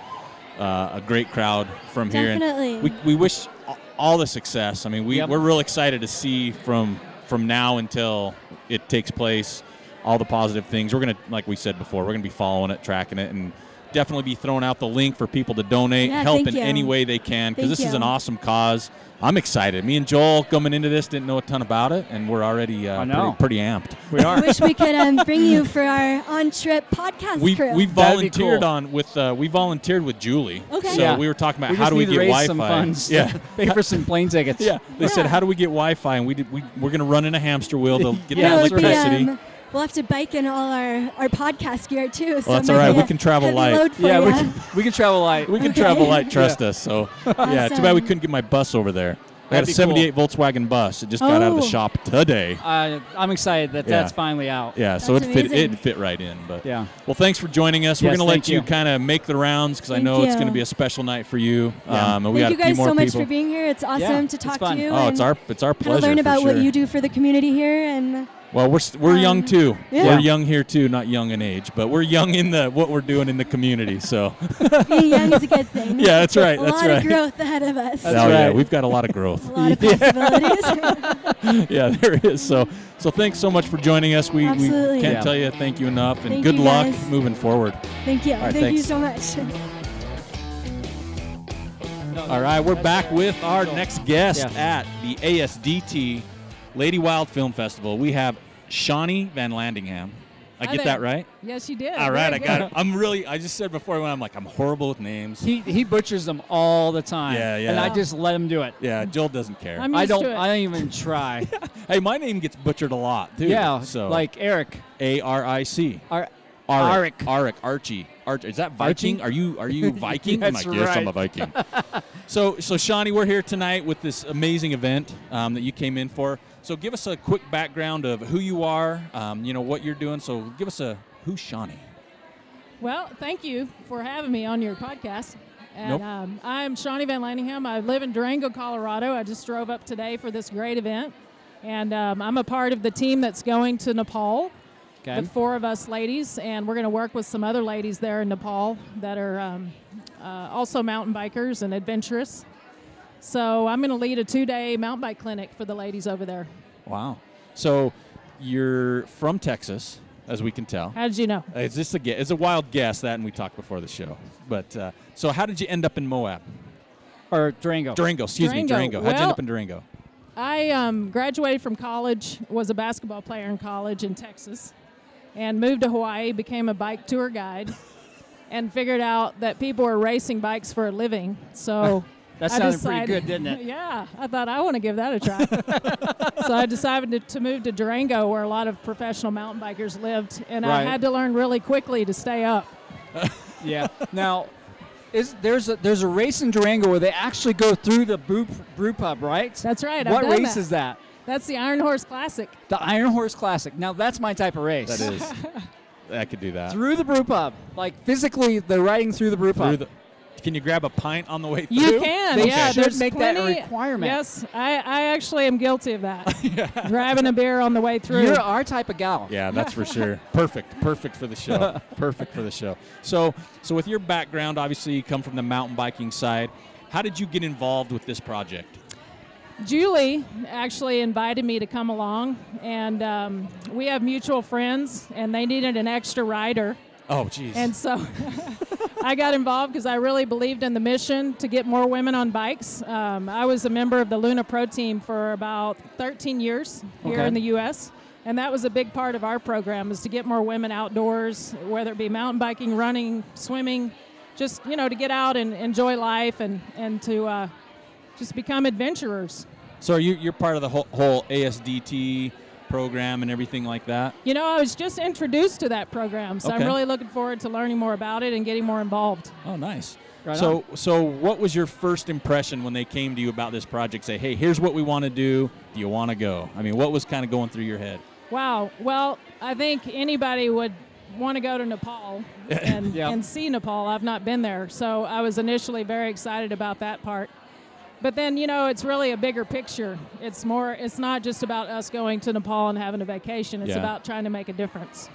S1: uh, a great crowd from
S4: Definitely.
S1: here. And we, we wish a- all the success. I mean, we,
S2: Yep.
S1: we're real excited to see from from now until it takes place all the positive things. We're going to, like we said before, we're going to be following it, tracking it, and definitely be throwing out the link for people to donate,
S4: Yeah,
S1: help
S4: thank
S1: in
S4: you.
S1: any way they can, because
S4: Thank
S1: this is an
S4: you.
S1: awesome awesome cause. I'm excited. Me and Joel coming into this didn't know a ton about it, and we're already uh,
S2: I know.
S1: pretty, pretty amped.
S2: We are.
S4: I wish we could um, bring you for our on-trip podcast
S1: We,
S4: crew.
S1: we
S2: That'd be
S1: volunteered
S2: cool.
S1: on with uh, we volunteered with Julie.
S4: Okay.
S1: So
S2: Yeah.
S1: we were talking about
S2: we
S1: how
S2: just
S1: do
S2: need
S1: we
S2: to
S1: get Wi-Fi?
S2: raise some funds. to <laughs>
S1: Yeah.
S2: Pay for some plane tickets.
S1: Yeah. They said
S4: Yeah.
S1: how do we get Wi-Fi? And we did. We we're gonna run in a hamster wheel
S2: <laughs>
S1: to get
S2: Yeah,
S1: that
S4: It'll
S2: that's
S4: be,
S1: electricity.
S4: um, we'll have to bike in all our, our podcast gear too. So
S1: Well, that's
S4: it might
S1: all right.
S4: be
S1: We
S4: a
S1: can travel
S4: heavy
S1: light.
S4: load for
S2: Yeah, we
S4: ya.
S2: can, we can travel light.
S1: we can
S4: Okay.
S1: travel light. Trust us.
S4: <laughs>
S1: So yeah. Too bad we
S4: Awesome.
S1: couldn't get my bus over there. I
S2: That'd
S1: got
S2: be
S1: a 78 Volkswagen bus. It just got out of the
S4: Oh.
S1: shop today.
S2: Uh, I'm excited that
S1: Yeah.
S2: that's finally out.
S1: Yeah, so it
S4: That's
S1: fit
S4: amazing.
S1: it fit right in. But
S2: Yeah.
S1: Well, thanks for joining us. We're
S2: Yes,
S1: gonna let
S2: thank
S1: you,
S2: you.
S1: kind of make the rounds because I
S4: Thank
S1: know it's
S4: you.
S1: gonna be a special night for you.
S2: Yeah.
S1: Um, and we got
S4: Thank you
S1: a few
S4: guys
S1: more
S4: so much
S1: people.
S4: for being here. It's awesome
S2: it's
S4: to talk
S2: fun.
S4: to you.
S1: oh, it's
S4: and
S1: our it's our
S4: kinda
S1: pleasure.
S4: learn
S1: for
S4: about what
S1: sure. <laughs>
S4: you do for the community here, and
S1: Well, we're st- we're young too.
S4: yeah.
S1: We're young here too, not young in age, but we're young in the what we're doing in the community.
S4: <laughs>
S1: So <laughs>
S4: Being young is a good thing.
S1: yeah, that's right.
S4: a
S1: That's
S4: lot
S1: right.
S4: of growth ahead of us.
S1: oh yeah,
S2: right.
S1: we've got a lot of growth.
S4: <laughs> a
S1: <laughs>
S4: lot of possibilities. <laughs>
S1: yeah, there is. So so thanks so much for joining us. We, we
S4: Absolutely.
S1: can't
S4: Yeah.
S1: tell you thank you enough, and
S4: Thank
S1: good
S4: you,
S1: luck
S4: guys.
S1: moving forward.
S4: Thank you.
S1: right,
S4: Thank you
S1: thanks.
S4: so much.
S1: All right, we're back with our next guest
S2: Yeah.
S1: at the ASDT Lady Wild Film Festival. We have Shawnee Van Landingham. I
S5: Hi
S1: get
S5: there.
S1: that right?
S5: Yes, you did.
S1: All right, I
S5: Very
S1: got
S5: good.
S1: it. I'm really, I just said before when I'm like, I'm horrible with names.
S2: He he butchers them all the time.
S1: Yeah, yeah.
S2: And I just let him do it.
S1: Yeah, Joel doesn't care.
S5: I'm
S2: I
S5: used
S2: don't
S5: to it.
S2: I don't even
S1: <laughs>
S2: try.
S1: hey, my name gets butchered a lot, too.
S2: yeah,
S1: so
S2: like Eric.
S1: A R I C.
S2: Our,
S1: Arik.
S2: Arik.
S1: Arik. Archie. Arch. Is that Viking?
S2: Viking?
S1: Are you are <laughs> you Viking?
S2: That's
S1: I'm like, yes, I'm
S2: right.
S1: a <laughs> Viking. so so Shawnee, we're here tonight with this amazing event um, that you came in for. So give us a quick background of who you are, um, you know what you're doing. So give us a who's Shawnee.
S5: Well, thank you for having me on your podcast. And
S1: Nope.
S5: um, I'm Shawnee Van Lanningham. I live in Durango, Colorado. I just drove up today for this great event. And um, I'm a part of the team that's going to Nepal,
S2: Okay.
S5: the four of us ladies. And we're going to work with some other ladies there in Nepal that are um, uh, also mountain bikers and adventurous. So I'm going to lead a two day mountain bike clinic for the ladies over there.
S1: Wow. So you're from Texas, as we can tell.
S5: How did you know?
S1: Is this a gue- It's a wild guess that, and we talked before the show. But uh, so how did you end up in Moab?
S2: Or Durango.
S1: Durango, excuse me,
S5: Durango.
S1: Durango. How'd you end
S5: Well-
S1: up in Durango?
S5: I um, graduated from college, was a basketball player in college in Texas, and moved to Hawaii, became a bike tour guide, and figured out that people were racing bikes for a living. So
S2: <laughs> That
S5: I
S2: sounded
S5: decided-
S2: pretty good, didn't it?
S5: <laughs> yeah, I thought I want to give that a try.
S2: <laughs>
S5: so I decided to, to move to Durango, where a lot of professional mountain bikers lived, and I
S2: Right.
S5: had to learn really quickly to stay up.
S2: Yeah. Now, is there's a there's a race in Durango where they actually go through the brew, brew pub, right?
S5: That's right, I've
S2: What
S5: done
S2: race
S5: that.
S2: is that?
S5: That's the Iron Horse Classic.
S2: The Iron Horse Classic. Now that's my type of race.
S1: That <laughs> is. I could do that.
S2: Through the brew pub, like physically, they're riding through the brew pub.
S1: Through the- can you grab a pint on the way through? <laughs>
S5: You can.
S2: They
S5: yeah,
S2: should
S5: there's
S2: make that a
S5: plenty-
S2: requirement.
S5: Yes, I, I actually am guilty
S2: <laughs>
S5: of that. Grabbing a beer on the way through.
S2: You're our type of gal.
S1: Yeah, that's for sure. <laughs> Perfect. Perfect for the show. <laughs> Perfect for the show. So, so with your background, obviously you come from the mountain biking side. How did you get involved with this project?
S5: Julie actually invited me to come along, and um, we have mutual friends, and they needed an extra rider.
S1: Oh, jeez.
S5: And so <laughs> I got involved because I really believed in the mission to get more women on bikes. Um, I was a member of the Luna Pro team for about 13 years here
S2: Okay.
S5: in the U.S. And that was a big part of our program is to get more women outdoors, whether it be mountain biking, running, swimming, just you know to get out and enjoy life and and to uh, just become adventurers.
S1: so are you you're part of the whole, whole ASDT program and everything like that?
S5: You know, I was just introduced to that program, so
S1: Okay.
S5: I'm really looking forward to learning more about it and getting more involved.
S1: Oh, nice.
S2: Right
S1: so, so what was your first impression when they came to you about this project? Say, hey, here's what we want to do. Do you want to go? I mean, what was kind of going through your head?
S5: Wow. Well, I think anybody would want to go to Nepal and,
S2: Yeah.
S5: and see Nepal. I've not been there, so I was initially very excited about that part. But then, you know, it's really a bigger picture. It's more, it's not just about us going to Nepal and having a vacation, it's
S1: Yeah.
S5: about trying to make a difference.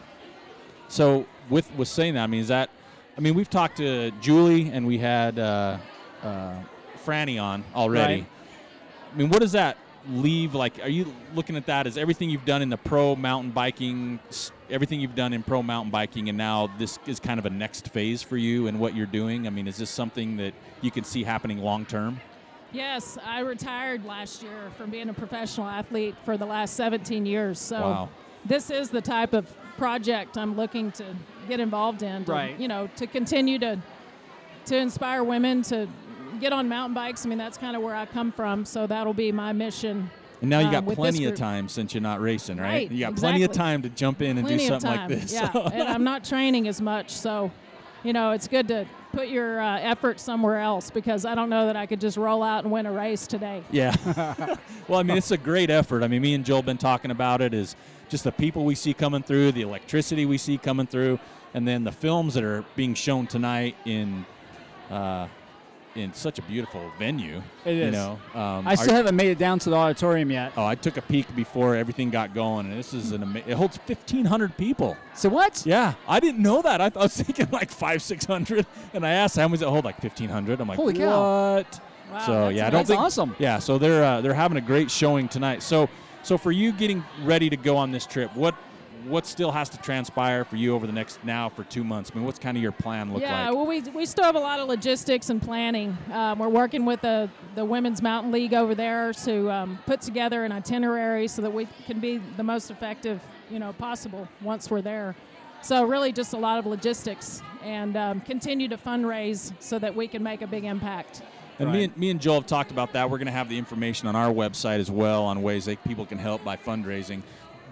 S1: So with with saying that, I mean, is that? I mean, we've talked to Julie and we had uh, uh, Franny on already.
S2: Right.
S1: I mean, what does that leave? Like, are you looking at that as everything you've done in the pro mountain biking, s- everything you've done in pro mountain biking, and now this is kind of a next phase for you and what you're doing? I mean, is this something that you can see happening long term?
S5: Yes, I retired last year from being a professional athlete for the last 17 years. So
S1: Wow.
S5: this is the type of project I'm looking to get involved in. To,
S2: Right.
S5: You know, to continue to to inspire women to get on mountain bikes. I mean, that's kind of where I come from. So that'll be my mission.
S1: And now you
S5: um,
S1: got
S5: with this
S1: plenty of
S5: group.
S1: time since you're not racing, right?
S5: Right,
S1: you got plenty of
S5: exactly.
S1: time to jump in and
S5: Plenty
S1: do something
S5: of time.
S1: like this. <laughs>
S5: Yeah, and I'm not training as much, so you know, it's good to put your uh, effort somewhere else because I don't know that I could just roll out and win a race today.
S1: Yeah.
S2: <laughs>
S1: well, I mean, it's a great effort. I mean, me and Joel been talking about it. Is just the people we see coming through, the electricity we see coming through, and then the films that are being shown tonight in uh, in such a beautiful venue.
S2: It
S1: You
S2: is.
S1: know, um,
S2: I
S1: are-
S2: still haven't made it down to the auditorium yet.
S1: Oh, I took a peek before everything got going, and this is an ama- it holds 1,500 people.
S2: So what?
S1: Yeah, I didn't know that. I, th- I was <laughs> thinking like five, six hundred, and I asked how many it hold, like 1,500. I'm like,
S2: Holy
S1: what?
S2: cow.
S5: Wow,
S1: so
S5: that's
S1: yeah, I
S5: amazing.
S1: don't
S2: That's
S1: think
S2: awesome.
S1: yeah, so they're uh, they're having a great showing tonight. So so for you getting ready to go on this trip, what what still has to transpire for you over the next now for two months? I mean, what's kind of your plan look
S5: yeah,
S1: like?
S5: well, we, we still have a lot of logistics and planning. Um, we're working with the, the Women's Mountain League over there to um, put together an itinerary so that we can be the most effective, you know, possible once we're there. So really, just a lot of logistics and um, continue to fundraise so that we can make a
S1: <laughs>
S5: big impact.
S1: And me and me and Joel have talked about that. We're going to have the information on our website as well on ways that people can help by fundraising.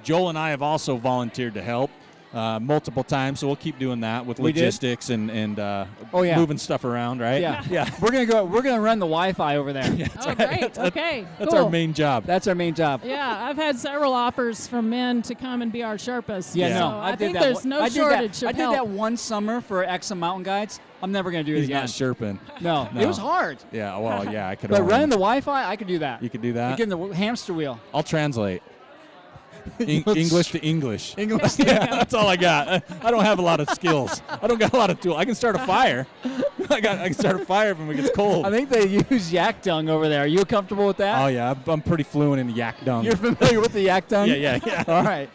S1: Joel and I have also volunteered to help uh, multiple times, so we'll keep doing that with
S2: We did?
S1: logistics and and uh,
S2: Oh, yeah.
S1: moving stuff around, right?
S2: Yeah.
S1: <laughs>
S2: <laughs>
S1: yeah.
S2: We're gonna go. We're gonna run the Wi-Fi
S1: <laughs>
S2: over there.
S5: oh, great. okay.
S1: That's
S5: cool.
S1: our main job.
S2: That's our main job.
S5: Yeah, I've had several offers from men to come and be our Sherpas.
S2: Yeah,
S1: Yeah.
S2: no,
S5: So
S2: I,
S5: I,
S2: did
S5: think
S2: that.
S5: there's
S2: one-
S5: no
S2: I did that-
S5: shortage of
S2: I did
S5: help.
S2: that one summer for Exxon Mountain Guides. I'm never gonna do it
S1: He's
S2: again.
S1: not
S2: <laughs>
S1: Sherpin.
S2: No,
S1: No.
S2: it was hard.
S1: Yeah, well, yeah, I could.
S2: But
S1: only-
S2: running the Wi-Fi, I could do that.
S1: you could do
S2: You
S1: that.
S2: get in the w- hamster wheel.
S1: I'll
S2: <laughs>
S1: translate Eng- English to <laughs> English.
S2: English.
S1: yeah, <laughs> that's all I got. <laughs> I don't have a lot of skills. I don't got a lot of tools. I can start a fire. <laughs> I got. I can start a fire when it gets cold.
S2: I think they use yak dung over there. Are you comfortable with that?
S1: <laughs> oh yeah, I'm- I'm pretty fluent in yak dung. <laughs>
S2: You're familiar with the yak dung?
S1: yeah, yeah, yeah.
S2: <laughs> All right.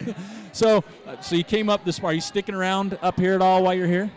S1: So, uh, so you came up this far. Are you sticking around up here at all while you're here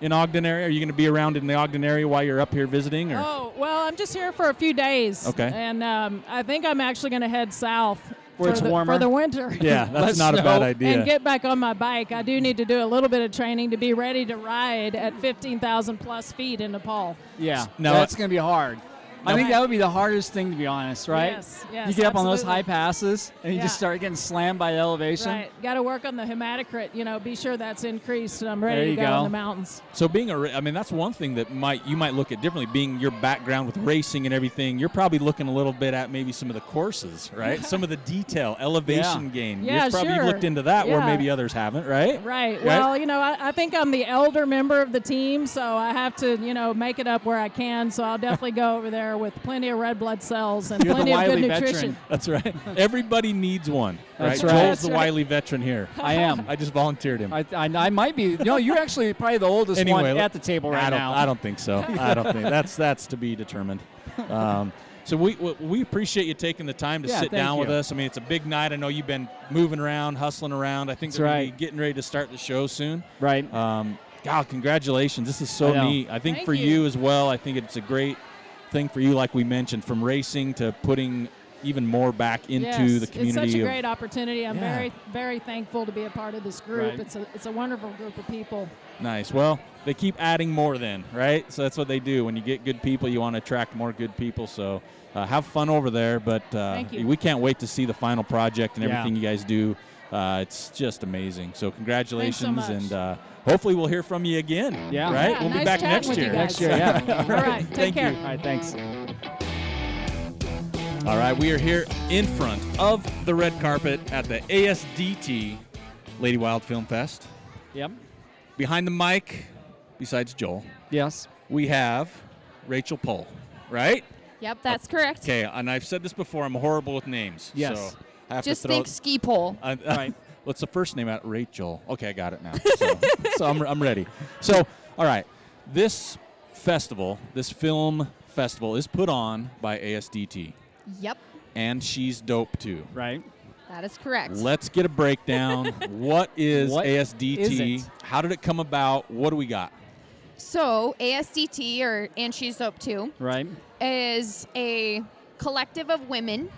S1: in Ogden area? Are you going to be around in the Ogden area while you're up here visiting? Or
S5: Oh, well, I'm just here for a few days.
S1: Okay.
S5: And um, I think I'm actually going to head south
S2: Where
S5: for
S2: it's
S5: the,
S2: warmer.
S5: for the
S2: <laughs>
S5: winter.
S1: <laughs> yeah, that's
S2: Let's
S1: not a bad
S2: know.
S1: idea.
S5: And get back on my bike. I do need to do a little bit of training to be ready to ride at 15,000 plus feet in Nepal.
S2: Yeah.
S1: Now-
S2: that's gonna be hard. I think
S5: Right.
S2: that would be the hardest thing to be honest, right?
S5: Yes, yes,
S2: You get up on those
S5: absolutely.
S2: high passes and you just
S5: Yeah.
S2: start getting slammed by elevation.
S5: Right. Got to work on the hematocrit, you know, be sure that's increased and I'm ready
S2: There you
S5: to go,
S2: go.
S5: in the mountains.
S1: So being a, ra- I mean, that's one thing that might you might look at differently. Being your background with racing and everything, you're probably looking a little bit at maybe some of the courses, right? some of the
S5: <laughs>
S1: detail, elevation
S2: Yeah.
S1: gain.
S5: Yeah,
S1: you've probably
S5: sure.
S1: looked into that where
S5: Yeah.
S1: maybe others haven't, right?
S5: Right. Well, you know, I, I think I'm the elder member of the team, so I have to, you know, make it up where I can. So I'll definitely go over there with plenty of red blood cells and
S2: You're the
S5: plenty of good
S2: Wiley
S5: nutrition.
S2: veteran.
S1: That's right. <laughs> Everybody needs one.
S2: That's
S1: right.
S2: right.
S1: Joel's
S5: That's
S1: the
S5: right.
S1: wily veteran here.
S2: I
S6: <laughs>
S2: am.
S1: I just volunteered him.
S2: I, I, I might be. No, you're actually probably the oldest one
S1: let-
S2: at the table right
S1: I don't, uh,
S2: now.
S1: I don't think so. I don't think that's that's to be determined. Um, so we, we we appreciate you taking the time to
S2: Yeah,
S1: sit
S2: thank
S1: down with
S2: you.
S1: us. I mean, it's a big night. I know you've been moving around, hustling around. I think
S2: That's
S1: they're gonna
S2: right.
S1: be getting ready to start the show soon.
S2: Right.
S1: Um, God, congratulations! This is so
S2: I know.
S1: neat. I think
S5: Thank
S1: for
S5: you.
S1: you. as well. I think it's a great thing for you, like we mentioned, from racing to putting even more back into
S5: Yes,
S1: the community.
S5: It's such a
S1: of-
S5: great opportunity. I'm
S1: Yeah.
S5: very, very thankful to be a part of this group.
S2: Right.
S5: It's a, it's a wonderful group of people.
S1: Nice. Well, they keep adding more then, right? So that's what they do. When you get good people, you want to attract more good people. So uh, have fun over there. But uh,
S5: Thank you.
S1: we can't wait to see the final project and
S2: Yeah.
S1: everything you guys do. Uh, it's just amazing. So congratulations,
S5: much.
S1: and uh, hopefully we'll hear from you again.
S2: Yeah.
S1: Right.
S5: Yeah,
S1: we'll be
S5: nice
S1: back
S5: chatting
S1: next
S5: with you
S1: year.
S5: guys.
S2: Next year, yeah.
S5: All right. Take
S1: Thank you.
S5: care.
S2: All right, thanks.
S1: All right, we are here in front of the red carpet at the ASDT Lady Wild Film Fest.
S2: Yep.
S1: Behind the mic, besides Joel,
S2: Yes.
S1: we have Rachel Pohl. Right.
S6: Yep, that's correct.
S1: Okay, and I've said this before. I'm horrible with names.
S2: Yes.
S1: So I have
S6: Just
S1: to throw.
S6: think
S1: <laughs>
S6: ski pole.
S1: I-
S2: Right.
S1: What's the first name out? Rachel. Okay, I got it now.
S2: <laughs>
S1: So, so I'm, I'm ready. So, all right. This festival, this film festival, is put on by ASDT,
S6: Yep,
S1: and she's dope too.
S2: Right.
S6: that is correct.
S1: Let's get a
S2: <laughs>
S1: breakdown. what is
S2: What
S1: ASDT?
S2: is it?
S1: How did it come about? What do we got?
S6: so ASDT or and she's dope too
S2: Right.
S6: is a collective of women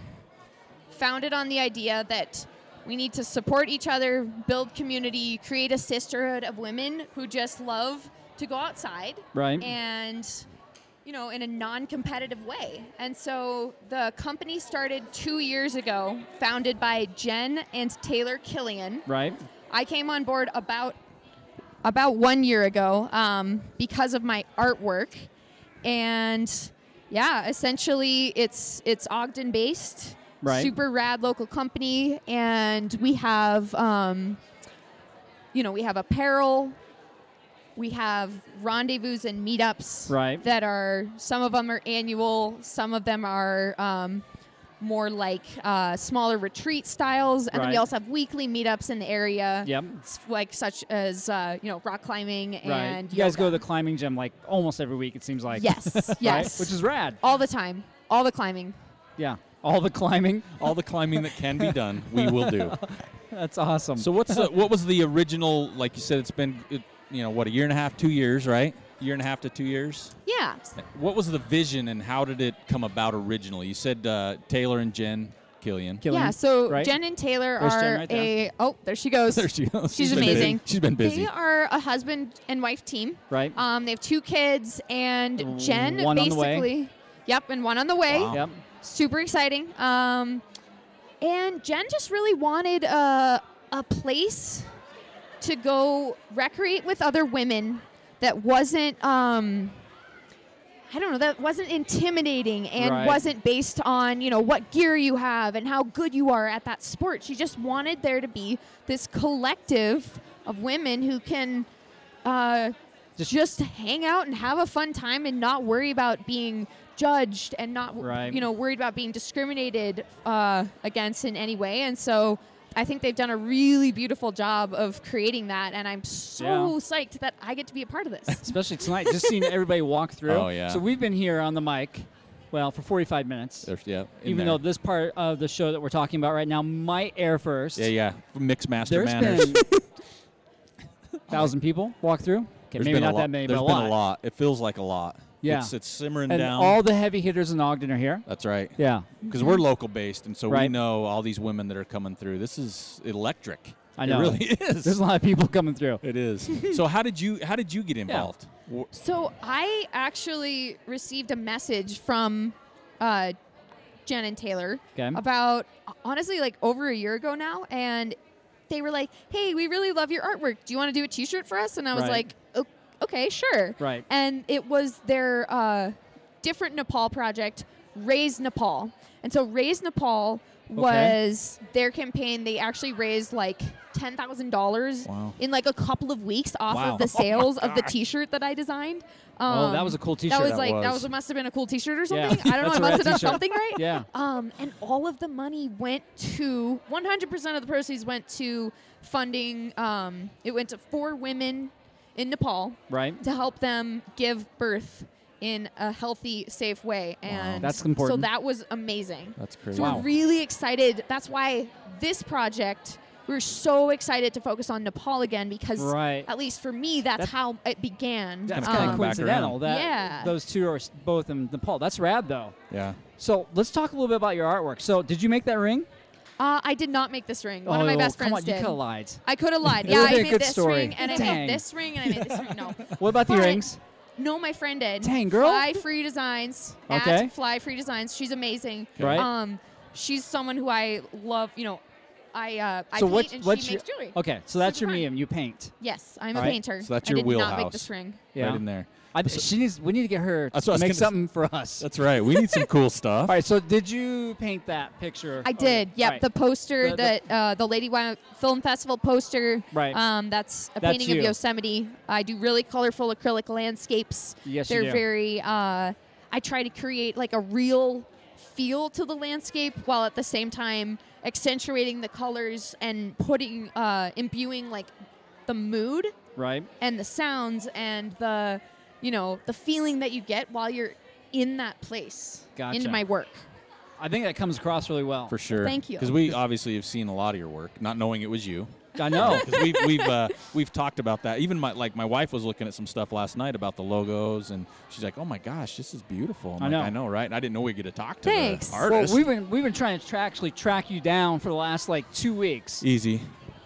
S6: founded on the idea that we need to support each other, build community, create a sisterhood of women who just love to go outside
S2: Right.
S6: and you know in a non-competitive way and so the company started two years ago founded by jen and taylor killian
S2: Right.
S6: I came on board about about one year ago um, because of my artwork, and yeah, essentially it's it's Ogden based,
S2: Right.
S6: super rad local company, and we have um, you know we have apparel, We have rendezvous and meetups
S2: Right.
S6: that are some of them are annual, some of them are um, more like uh, smaller retreat styles, and then we
S2: Right.
S6: also have weekly meetups in the area.
S2: Yep.
S6: s- Like such as uh, you know rock climbing
S2: Right.
S6: and
S2: you guys go to
S6: yoga.
S2: the climbing gym like almost every week. It seems like.
S6: yes
S2: <laughs> Right?
S6: yes
S2: Which is rad.
S6: all the time all the climbing
S2: Yeah. All the climbing.
S1: All the climbing that can be done, we will do.
S2: That's awesome.
S1: So what's the, what was the original? Like you said, it's been it, you know what a year and a half, two years, right? Year and a half to two years.
S6: yeah
S1: What was the vision and how did it come about originally? You said uh, Taylor and Jen Killian.
S2: Killing.
S6: yeah so
S2: right?
S6: Jen and Taylor
S2: There's
S6: are
S2: Jen right <laughs> there.
S6: a oh there she goes
S1: <laughs> There she goes.
S6: She's
S1: been
S6: amazing.
S1: busy. She's been busy.
S6: They are a husband and wife team.
S2: Right.
S6: Um, they have two kids, and Jen
S2: One on the way.
S6: basically. Yep, and one on the way.
S1: Wow.
S2: Yep.
S6: Super exciting. Um, and Jen just really wanted a, a place to go recreate with other women that wasn't. Um, I don't know. That wasn't intimidating and
S2: Right.
S6: wasn't based on you know what gear you have and how good you are at that sport. She just wanted there to be this collective of women who can uh,
S2: Just-
S6: just, hang out and have a fun time and not worry about being judged and not
S2: Right.
S6: you know worried about being discriminated uh, against in any way. And so I think they've done a really beautiful job of creating that, and I'm so
S2: Yeah.
S6: psyched that I get to be a part of this.
S2: Especially tonight, just
S1: <laughs>
S2: seeing everybody walk through.
S1: Oh, yeah.
S2: So we've been here on the mic, well, for 45 minutes.
S1: There's- yeah, in
S2: even
S1: there.
S2: though this part of the show that we're talking about right now might air first.
S1: yeah, yeah, mixed master
S2: There's
S1: manners.
S2: <laughs> been thousand people walk through. Okay,
S1: There's
S2: maybe
S1: been
S2: not
S1: a lot.
S2: that many,
S1: There's
S2: but
S1: been a lot. It feels like a lot.
S2: Yeah.
S1: it's, it's simmering
S2: And
S1: down.
S2: all the heavy hitters in Ogden are here.
S1: That's right.
S2: Yeah,
S1: because we're local based, and so we
S2: Right.
S1: know all these women that are coming through. This is electric.
S2: I know.
S1: It really <laughs> is.
S2: there's a lot of people coming through.
S1: It
S2: <laughs>
S1: is. so how did you how did you get involved? Wh-
S6: So I actually received a message from uh, Jen and Taylor
S2: Okay.
S6: about honestly like over a year ago now, and they were like, "Hey, we really love your artwork. Do you want to do a T-shirt for us?" And I was
S2: Right.
S6: like, "O- "Okay, sure."
S2: Right.
S6: And it was their uh, different Nepal project, Raise Nepal, and so Raise Nepal was their campaign. They actually raised like ten thousand dollars
S1: Wow.
S6: in like a couple of weeks off
S1: Wow.
S2: <laughs>
S6: of the sales of the T-shirt that I designed. Um,
S2: oh, that was a cool T-shirt.
S6: that was
S1: That
S6: like that
S1: was.
S6: was it must have been a cool T-shirt or
S2: Yeah.
S6: something. I don't know.
S2: That's
S6: I
S2: a
S6: must
S2: rad
S6: have done
S2: t-shirt.
S6: something right.
S2: Yeah.
S6: Um, and all of the money went to 100% of the proceeds went to funding. Um, it went to four women in Nepal
S2: right.
S6: to help them give birth in a healthy, safe way. And
S2: That's
S6: So
S2: important.
S6: that was amazing.
S1: That's crazy.
S6: So
S2: Wow.
S6: we're really excited. That's why this project, we are so excited to focus on Nepal again because,
S2: Right.
S6: at least for me, that's
S2: That-
S6: how it began. Um,
S2: That's
S1: kinda
S2: kind of
S1: come back
S2: coincidental
S1: around.
S2: that
S6: Yeah.
S2: those two are s- both in Nepal. That's rad though.
S1: Yeah.
S2: So let's talk a little bit about your artwork. So did you make that ring?
S6: Uh, I did not make this ring. One
S2: oh,
S6: of my best
S2: come
S6: friends
S2: on, you
S6: did.
S2: could have lied.
S6: I
S2: <laughs>
S6: could have lied.
S2: It
S6: Yeah,
S2: would've
S6: I
S2: been a
S6: made
S2: good
S6: this
S2: story.
S6: ring and I
S2: Dang.
S6: made this ring and I made this ring.
S2: <laughs>
S6: No.
S2: What about the
S6: But-
S2: earrings?
S6: No, my friend did.
S2: Dang, girl.
S6: Fly Free Designs.
S2: Okay.
S6: At Fly Free Designs. She's amazing.
S2: Right.
S6: Um, she's someone who I love. You know, I uh, I
S2: so
S6: paint
S2: what's
S6: and
S2: what's
S6: she
S2: your
S6: makes jewelry.
S2: okay? So that's
S6: Super
S2: your
S6: fun.
S2: medium. You paint.
S6: Yes, I'm
S2: All
S6: a
S2: right.
S6: painter.
S1: So that's
S6: I
S1: your
S6: did
S1: wheelhouse.
S6: Not make this ring.
S2: Yeah.
S1: Right in there.
S2: I, she needs. We need to get her
S1: That's what
S2: to
S1: I was
S2: make
S1: gonna s-
S2: something for us.
S1: That's right. We need some
S2: <laughs>
S1: cool stuff.
S2: All right. So did you paint that picture?
S6: I did. Yep, the poster
S2: Oh, The- the-
S6: that uh, the Lady Wild Film Festival poster.
S2: Right.
S6: Um, that's a
S2: That's
S6: painting
S2: you.
S6: of Yosemite. I do really colorful acrylic landscapes.
S2: Yes, you
S6: they're
S2: do.
S6: very. Uh, I try to create like a real feel to the landscape while at the same time accentuating the colors and putting uh, imbuing like the mood
S2: right.
S6: and the sounds and the you know the feeling that you get while you're in that place
S2: Gotcha.
S6: in my work.
S2: I think that comes across really well.
S1: For sure.
S6: Thank you.
S1: Because we obviously have seen a lot of your work, not knowing it was you.
S2: I know.
S1: <laughs> Because we've we've uh, we've talked about that. Even my like my wife was looking at some stuff last night about the logos, and she's like, "Oh my gosh, this is beautiful." I'm
S2: I
S1: like,
S2: know.
S1: I know, right? And I didn't know we get to talk to
S6: Thanks.
S1: the
S6: Well,
S1: artist.
S2: Well, we've been we've been trying to tra- actually track you down for the last like two weeks.
S1: Easy.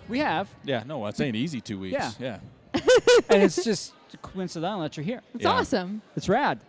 S2: We have,
S1: Yeah. No, it's ain't easy. Two weeks.
S2: Yeah.
S1: Yeah.
S2: and it's just coincidental that you're here.
S6: It's
S1: Yeah.
S6: awesome.
S2: It's rad.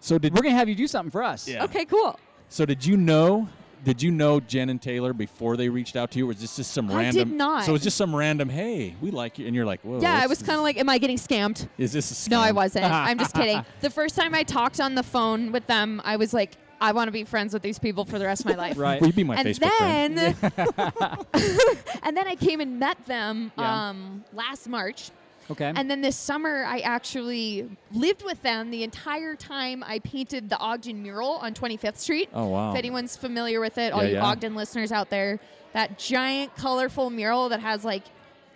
S1: So did
S2: We're gonna have you do something for us.
S1: Yeah.
S6: Okay, cool.
S1: So did you know? Did you know Jen and Taylor before they reached out to you, or was this just some
S6: I did
S1: random?
S6: not.
S1: So it's just some random. Hey, we like you, and you're like, whoa.
S6: Yeah, I
S1: what's
S6: was
S1: this?
S6: kind of like, am I getting scammed?
S1: Is this a scam?
S6: No, I wasn't. I'm just kidding. The first time I talked on the phone with them, I was like, I want to be friends with these people for the rest of my life.
S2: Right.
S1: Will you be my
S6: and
S1: Facebook friend?
S6: then, <laughs> and then I came and met them
S2: Yeah.
S6: um, last March,
S2: Okay.
S6: And then this summer, I actually lived with them the entire time I painted the Ogden mural on 25th Street.
S1: Oh, wow.
S6: If anyone's familiar with it, all
S1: Yeah,
S6: you
S1: yeah.
S6: Ogden listeners out there, that giant, colorful mural that has like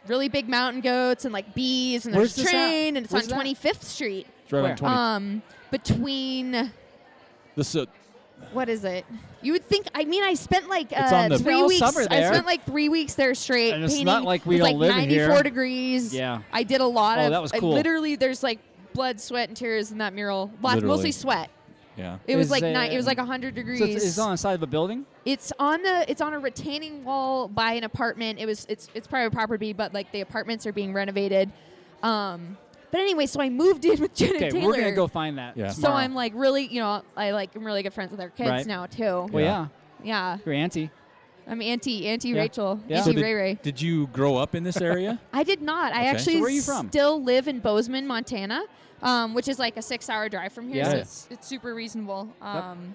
S6: really big mountain goats and like bees and
S2: Where's
S6: there's a
S2: this at?
S6: train and it's
S2: Where's
S6: on
S2: that?
S6: 25th Street.
S1: It's right
S2: Where?
S1: on 20.
S6: Um, between
S1: this, uh,
S6: what is it? You would think. I mean, I spent like
S1: It's on
S6: uh,
S1: the-
S6: three
S2: All
S6: weeks.
S2: summer
S6: I
S2: there.
S6: spent like three weeks there straight.
S2: And it's
S6: painting.
S2: not like we
S6: It was,
S2: don't
S6: like
S2: live in
S6: 94
S2: here.
S6: degrees.
S2: Yeah.
S6: I did a lot
S2: Oh,
S6: of.
S2: that was
S6: I
S2: cool.
S6: literally, there's like blood, sweat, and tears in that mural. Lot-
S1: Literally.
S6: Mostly sweat.
S1: yeah.
S6: It was
S2: Is
S6: like
S2: it-
S6: nine, it was like 100 degrees.
S2: So it's, it's on the side of a building.
S6: It's on the it's on a retaining wall by an apartment. It was it's it's private property, but like the apartments are being renovated. Um, but anyway, so I moved in with Jenna
S2: Okay,
S6: Taylor.
S2: we're gonna go find that.
S1: Yeah. So
S6: so
S2: tomorrow.
S6: I'm like really, you know, I like I'm really good friends with their kids
S2: Right.
S6: now too.
S2: well,
S1: Yeah.
S2: yeah,
S6: Yeah.
S2: your auntie.
S6: I'm anti anti
S2: Yeah.
S6: Rachel
S2: Yeah.
S6: anti
S1: did,
S6: Ray Ray.
S1: did you grow up in this area? <laughs>
S6: I did not. I
S1: Okay.
S6: actually
S2: So where are you from?
S6: still live in Bozeman, Montana, um, which is like a six hour drive from here.
S2: Yeah.
S6: So
S2: Yeah.
S6: it's it's super reasonable. Um,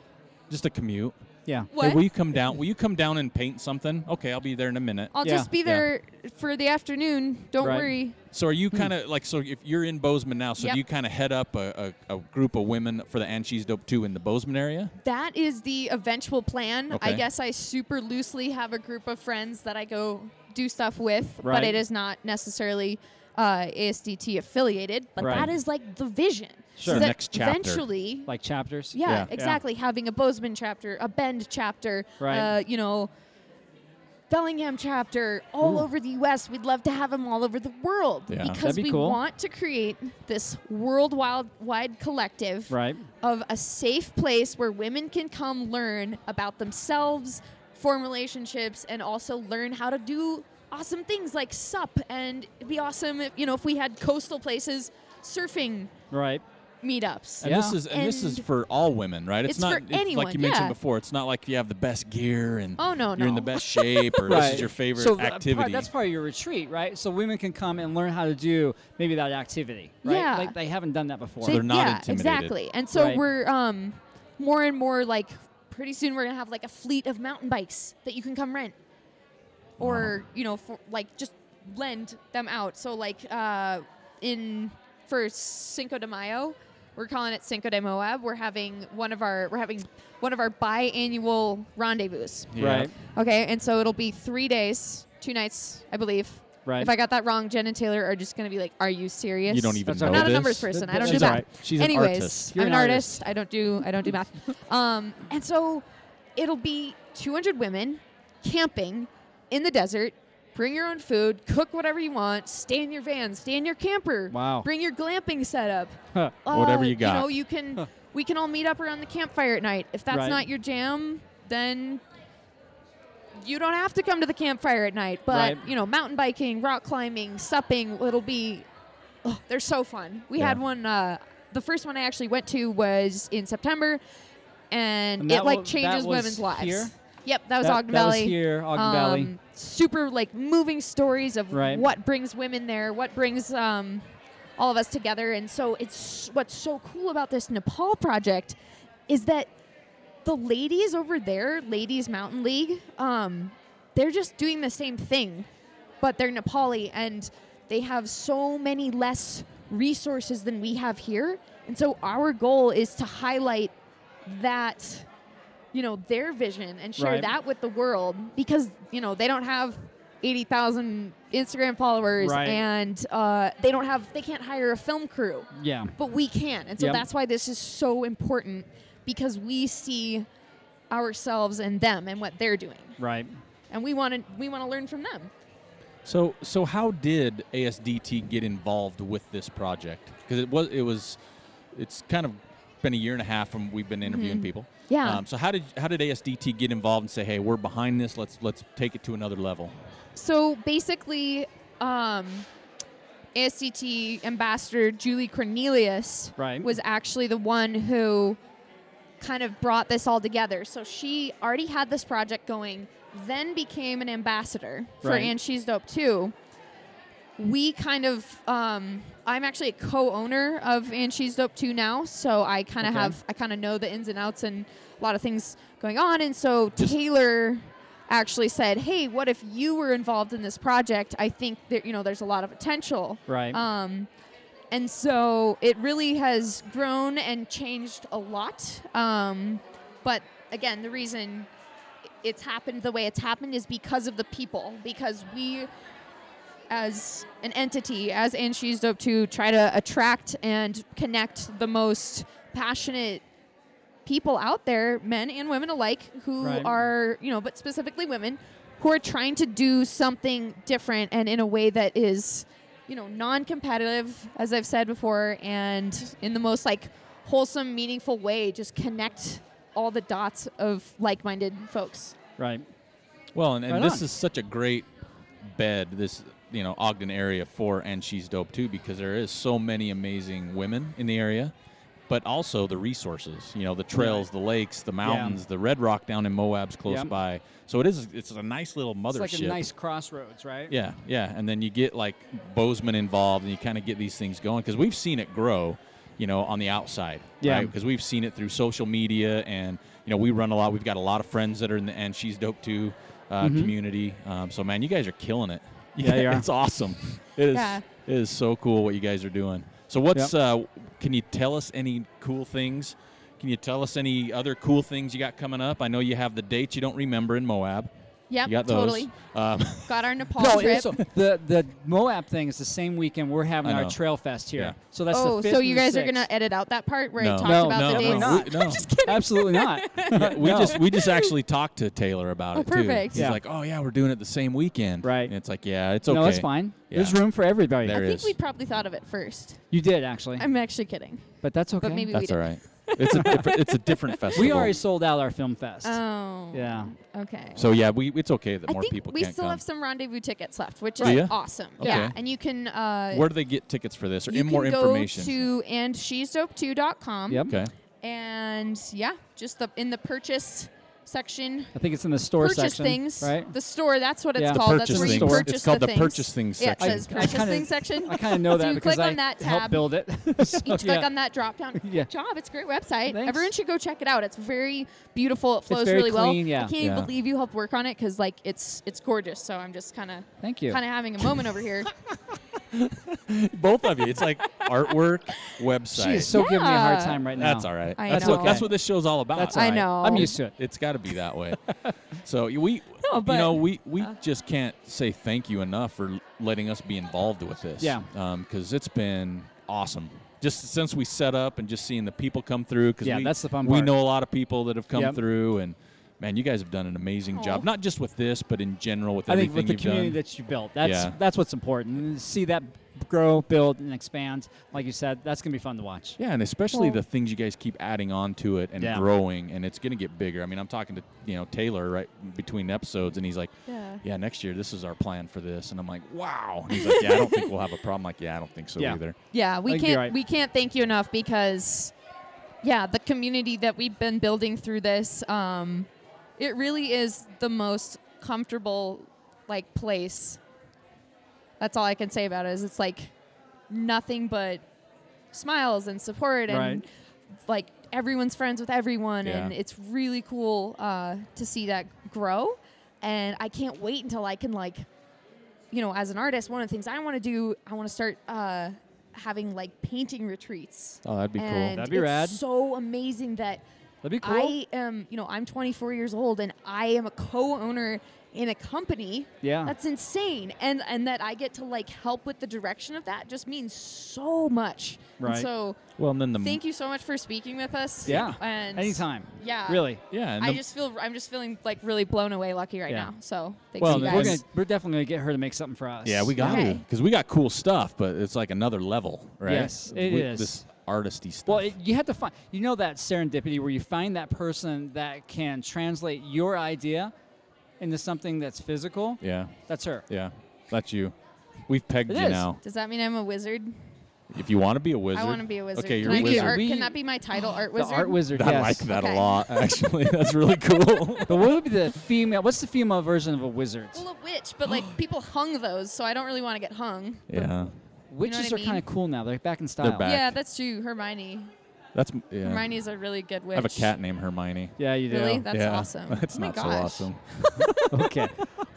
S1: Just a commute.
S2: Yeah.
S1: Hey,
S6: What?
S1: will you come down? Will you come down and paint something? Okay, I'll be there in a minute.
S6: I'll
S2: Yeah.
S6: just be there for the afternoon. Don't
S2: Right.
S6: worry.
S1: So are you kind of like so if you're in Bozeman now, so
S6: Hmm. Yep.
S1: do you kind of head up a, a, a group of women for the Anchies Dope 2 in the Bozeman area?
S6: That is the eventual plan. I
S1: Okay.
S6: guess I super loosely have a group of friends that I go do stuff with,
S2: Right.
S6: but it is not necessarily uh, ASDT affiliated. But
S2: Right.
S6: that is like the vision.
S2: Sure.
S6: So
S1: The
S6: that
S1: next chapter.
S6: Eventually,
S2: Like chapters.
S6: Yeah,
S1: Yeah.
S6: exactly. Having a Bozeman chapter, a Bend chapter,
S2: Right.
S6: uh, you know, Bellingham chapter, all over the U.S. We'd love to have them all over the world
S1: Yeah.
S6: because
S2: That'd be
S6: we
S2: cool.
S6: want to create this worldwide wide collective
S2: Right.
S6: of a safe place where women can come learn about themselves, form relationships, and also learn how to do awesome things like SUP. And it'd be awesome, if, you know, if we had coastal places surfing
S2: Right.
S6: meetups.
S1: And this
S2: Yeah.
S1: is and, this is
S6: And-
S1: for all women, right?
S6: It's
S1: not
S6: for anyone,
S1: like you mentioned
S6: yeah.
S1: before. It's not like you have the best gear and
S6: Oh, no,
S1: you're in the
S6: no.
S1: best shape
S6: <laughs>
S1: or this is your favorite
S2: so that part-
S1: activity.
S2: that's part of your retreat, right? So women can come and learn how to do maybe that activity, right?
S6: Yeah.
S2: Like they haven't done that before.
S1: So they're not
S6: yeah,
S1: intimidated.
S6: exactly. And so
S2: Right.
S6: we're um, more and more like pretty soon we're gonna have like a fleet of mountain bikes that you can come rent, or you know, for, like just lend them out. So like uh, in for Cinco de Mayo, we're calling it Cinco de Moab. We're having one of our we're having one of our biannual rendezvous.
S1: Yeah.
S2: Right.
S6: Okay, and so it'll be three days, two nights, I believe.
S2: Right.
S6: If I got that wrong, Jen and Taylor are just gonna be like, "Are you serious?"
S1: You don't even
S2: That's
S1: know
S2: all right.
S6: not
S1: this.
S6: a numbers person. I don't
S2: She's
S6: do math.
S2: alright.
S1: She's an
S6: Anyways,
S1: artist.
S2: You're
S6: I'm
S2: an
S6: an
S2: artist.
S6: artist. I don't do I don't do
S2: <laughs>
S6: math. um, and so it'll be 200 women camping in the desert. Bring your own food, cook whatever you want, stay in your van, stay in your camper.
S2: Wow.
S6: Bring your glamping setup. Uh,
S2: Huh.
S1: <laughs> Whatever you got.
S6: You know, you can
S1: <laughs>
S6: we can all meet up around the campfire at night. If that's
S2: Right.
S6: not your jam, then you don't have to come to the campfire at night. But
S2: Right.
S6: you know, mountain biking, rock climbing, supping, it'll be oh, they're so fun. We had one. Uh, the first one I actually went to was in September, and,
S2: And that
S6: it like
S2: wa- that
S6: changes
S2: was
S6: women's lives.
S2: here?
S6: Yep, that was
S2: That-
S6: Ogden
S2: that was
S6: Valley. Um,
S2: here, Ogden Valley.
S6: Super like moving stories of
S2: Right.
S6: what brings women there, what brings um, all of us together, and so it's what's so cool about this Nepal project is that the ladies over there, Ladies Mountain League, um, they're just doing the same thing, but they're Nepali and they have so many less resources than we have here. And so our goal is to highlight that, you know, their vision and share
S2: Right.
S6: that with the world because, you know, they don't have 80,000 Instagram followers
S2: Right.
S6: and uh, they don't have, they can't hire a film crew
S2: yeah.
S6: but we can. And so
S2: Yep.
S6: that's why this is so important because we see ourselves and them and what they're doing.
S2: Right.
S6: And we want to we want to learn from them.
S1: So so how did ASDT get involved with this project? Because it was it was it's kind of been a year and a half from we've been interviewing people.
S6: Mm-hmm. Yeah.
S1: Um, so how did how did ASDT get involved and say, hey, we're behind this. Let's let's take it to another level.
S6: So basically um ASCT ambassador Julie Cornelius
S2: Right.
S6: was actually the one who kind of brought this all together. So she already had this project going, then became an ambassador for
S2: Right.
S6: And She's Dope too. we kind of um, i'm actually a co-owner of and she's dope 2 now so i kind of
S2: Okay.
S6: have i kind of know the ins and outs and a lot of things going on and so taylor actually said, "Hey, what if you were involved in this project? I think that you know there's a lot of potential."
S2: Right.
S6: Um, and so it really has grown and changed a lot. Um, but again, the reason it's happened the way it's happened is because of the people, because we, as an entity, as Anshi's Dope 2, try to attract and connect the most passionate people out there, men and women alike, who
S2: Right.
S6: are, you know, but specifically women, who are trying to do something different and in a way that is, you know, non competitive, as I've said before, and in the most like wholesome, meaningful way, just connect all the dots of like minded folks.
S2: Right.
S1: Well, and, and
S2: Right
S1: this
S2: on.
S1: is such a great bed, this you know Ogden area for, and she's dope too because there is so many amazing women in the area, but also the resources, you know, the trails, the lakes, the mountains, the red rock down in Moab's close
S2: Yep.
S1: by. So it is it's a nice little
S2: It's
S1: mothership.
S2: like a nice crossroads, right?
S1: Yeah, yeah, and then you get like Bozeman involved, and you kind of get these things going because we've seen it grow, you know, on the outside.
S2: Yeah.
S1: Because we've seen it through social media, and you know, we run a lot. We've got a lot of friends that are in the and she's dope too uh, community. Um, so man, you guys are killing it. <laughs>
S2: Mm-hmm. Yeah, you are.
S1: it's awesome. It is.
S6: Yeah.
S1: It is so cool what you guys are doing. So what's uh, can you tell us any cool things? Can you tell us any other cool things you got coming up? I know you have the dates you don't remember in Moab.
S6: Yep,
S1: you got those.
S6: totally.
S1: Um,
S6: Got our Nepal
S2: No,
S6: trip.
S2: it's, the the Moab thing is the same weekend we're having
S1: I
S2: our
S1: know.
S2: trail fest here.
S1: Yeah.
S2: So that's
S6: oh,
S2: the fifth
S6: so
S2: and
S6: you
S2: the
S6: guys are
S2: sixth.
S6: gonna edit out that part where
S1: No.
S6: I talked
S2: No,
S6: about the
S1: no,
S6: dates.
S2: definitely
S1: no,
S2: not.
S1: we-
S6: <laughs>
S1: no.
S2: absolutely
S1: <laughs>
S2: not.
S1: we
S2: No.
S1: just we just actually talked to Taylor about
S6: Oh,
S1: it
S6: perfect.
S1: too. He's
S2: Yeah.
S1: like, "Oh yeah, we're doing it the same weekend."
S2: Right.
S1: And it's like, "Yeah, it's okay."
S2: No, it's fine.
S1: Yeah.
S2: There's room for everybody.
S1: There
S6: I
S1: it
S6: think
S1: is.
S6: we probably thought of it first.
S2: You did actually,
S6: I'm actually kidding.
S2: but that's okay.
S6: maybe-
S1: That's
S6: We
S1: all
S6: did.
S1: right. It's a different it's a
S6: <laughs>
S1: different festival.
S2: we already sold out our film fest.
S6: Oh.
S2: Yeah.
S6: Okay.
S1: So yeah, we it's okay that
S6: I
S1: more
S6: think
S1: people
S6: we
S1: can't
S6: still
S1: come.
S6: have some rendezvous tickets left,
S2: Oh,
S6: which
S1: ya?
S6: is awesome. Yeah,
S1: Okay.
S6: and you can. Uh,
S1: Where do they get tickets for this or
S6: you
S1: in more
S6: can
S1: information?
S6: Go to andshesdope2.com.
S2: Yep.
S1: okay. <laughs>
S6: And yeah, just the in the purchase section.
S2: I think it's in the store
S6: purchase
S2: section,
S6: things. <laughs>
S2: right?
S6: The store. That's what it's
S2: Yeah. The
S6: called.
S1: purchase
S6: that's where you
S2: things.
S6: purchase
S1: It's called the
S6: the, things.
S1: purchase things
S6: yeah,
S1: section.
S6: It says
S2: I- I
S6: purchase
S2: kinda-
S6: things section.
S2: I kind of know
S6: so
S2: that
S6: you
S2: because
S6: click
S2: I
S6: on that
S2: helped
S6: tab.
S2: build it. <laughs> So,
S6: you click
S2: Oh, yeah.
S6: on that drop down.
S2: <laughs> Yeah.
S6: Good job. It's a great website.
S2: Thanks.
S6: Everyone should go check it out. It's very beautiful. It flows
S2: very
S6: really well.
S2: clean, yeah.
S6: I can't even
S1: Yeah.
S6: believe you helped work on it because like it's it's gorgeous. So I'm just kind of
S2: Thank you.
S6: kind of having a moment
S2: <laughs>
S6: over here.
S1: Both of you. It's
S6: <laughs>
S1: like artwork, website.
S2: She is so giving me a hard
S6: Yeah.
S2: time right now.
S1: that's all right.
S6: I
S1: that's
S6: know.
S1: what that's what this show's all about.
S2: That's
S6: I
S2: all right.
S6: know.
S2: I'm used to it.
S1: It's got to be that way. <laughs> so y- we,
S6: but-
S1: you know, we we
S2: uh,
S1: just can't say thank you enough for l- letting us be involved with this.
S2: Yeah.
S1: Because it's been awesome. Just since we set up and just seeing the people come through. 'cause
S2: Yeah,
S1: we,
S2: that's the fun
S1: We
S2: part.
S1: know a lot of people that have come
S2: Yep.
S1: through, and man, you guys have done an amazing job.
S6: Aw.
S1: Not just with this, but in general with
S2: I think
S1: everything
S2: with the
S1: you've
S2: community
S1: done.
S2: that you built, that's
S1: Yeah.
S2: that's what's important. And see that grow, build, and expand. Like you said, that's gonna be fun to watch.
S1: Yeah, and especially
S6: Well-
S1: the things you guys keep adding on to it and
S2: Yeah.
S1: growing, and it's going to get bigger. I mean, I'm talking to you know Taylor right between episodes, and he's like,
S6: Yeah.
S1: next year this is our plan for this," and I'm like, "Wow." And he's like, "Yeah, I don't think we'll have a problem." Like, "Yeah, I don't think so
S2: Yeah.
S1: either."
S6: yeah,
S2: I
S6: we
S2: think you're
S6: can't
S2: right.
S6: we can't thank you enough because yeah, the community that we've been building through this, um, it really is the most comfortable like place. That's all I can say about it is it's like nothing but smiles and support and
S2: Right.
S6: like everyone's friends with everyone and
S1: Yeah.
S6: it's really cool uh, to see that grow and i can't wait until i can like you know as an artist one of the things i want to do i want to start uh, having like painting retreats
S1: Oh, that'd be
S6: and
S1: cool.
S2: That'd be
S6: it's
S2: rad.
S6: so amazing that
S2: That'd be cool.
S6: i am you know i'm 24 years old and i am a co-owner in a company
S2: Yeah.
S6: that's insane and and that i get to like help with the direction of that just means so much And
S2: Right.
S6: so
S1: Well, and then the
S6: Thank you so much for speaking with us.
S2: Yeah.
S6: And
S2: Anytime.
S6: Yeah.
S2: Really.
S1: yeah, and
S6: I
S1: the-
S6: just feel I'm just feeling like really blown away lucky right
S2: Yeah.
S6: now. So thanks
S1: Well,
S6: you
S1: then
S6: guys.
S2: We're, gonna, we're definitely gonna get her to make something for us.
S1: yeah, we got to
S6: Okay.
S1: because we got cool stuff, but it's like another level, right?
S2: Yes, it
S1: it is
S2: is.
S1: this artisty stuff.
S2: Well, it, you have to find, you know, that serendipity where you find that person that can translate your idea into something that's physical.
S1: yeah,
S2: That's her.
S1: yeah, that's you. We've pegged
S2: It
S1: you
S2: is.
S1: now.
S6: Does that mean I'm a wizard?
S1: If you want to be a wizard,
S6: I want to be a wizard.
S1: Okay, you're
S6: can,
S1: a
S6: I be
S1: wizard.
S6: art-
S2: We-
S6: can that be my title, art wizard?
S2: The art
S6: <gasps>
S1: <laughs>
S2: wizard.
S1: I
S2: yes.
S1: like that
S6: Okay.
S1: a
S6: <laughs>
S1: lot. Actually, that's really cool.
S2: But what would be the female? What's the female version of a wizard?
S6: Well, a witch, but like people hung those, so I don't really want to get hung.
S1: yeah.
S2: Witches
S6: what I
S2: are kind
S6: mean?
S2: of cool now. They're back in style.
S1: back.
S6: Yeah, that's true. Hermione.
S7: That's m- yeah.
S6: Hermione's a really good witch.
S7: I have a cat named Hermione.
S2: Yeah, you do.
S6: Really? That's
S7: yeah.
S1: <laughs>
S6: awesome.
S7: That's
S6: oh my
S7: not
S6: gosh.
S7: so awesome.
S2: Okay.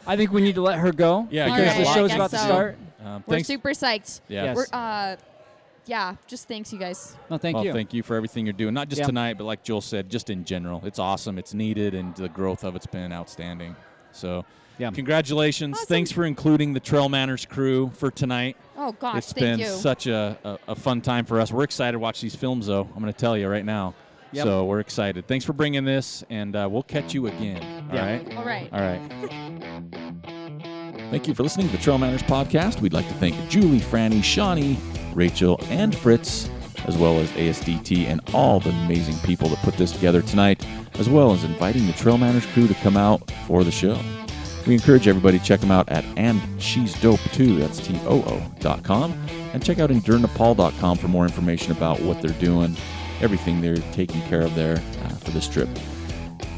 S2: I think we need to let her go.
S7: Yeah,
S6: All
S7: give us a
S2: Because
S6: right,
S2: the
S7: lot
S6: I
S2: show's
S7: to
S6: guess
S2: about to
S6: so.
S2: start.
S7: Um,
S6: We're
S7: thanks.
S6: super psyched.
S7: yeah.
S2: Yes.
S6: We're uh, yeah. Just thanks, you guys.
S2: No, thank
S7: well,
S2: you.
S7: thank you for everything you're doing. Not just
S2: Yeah.
S7: tonight, but like Joel said, just in general. It's awesome. It's needed, and the growth of it's been outstanding. So,
S2: Yeah.
S7: congratulations. Thanks for including the Trail Manners crew for tonight.
S6: Oh gosh,
S7: it's
S6: thank
S7: been
S6: you.
S7: such a, a, a fun time for us. We're excited to watch these films, though. I'm going to tell you right now.
S2: Yep.
S7: So, we're excited. Thanks for bringing this, and uh, we'll catch you again. All
S2: Yeah.
S7: right.
S6: All right.
S7: All right.
S1: Thank you for listening to the Trail Manners Podcast. We'd like to thank Julie, Franny, Shawnee, Rachel, and Fritz, as well as ASDT and all the amazing people that put this together tonight, as well as inviting the Trail Manners crew to come out for the show. We encourage everybody to check them out at and she's dope too. That's T O O dot com. And check out endurenepal.com for more information about what they're doing, everything they're taking care of there uh, for this trip.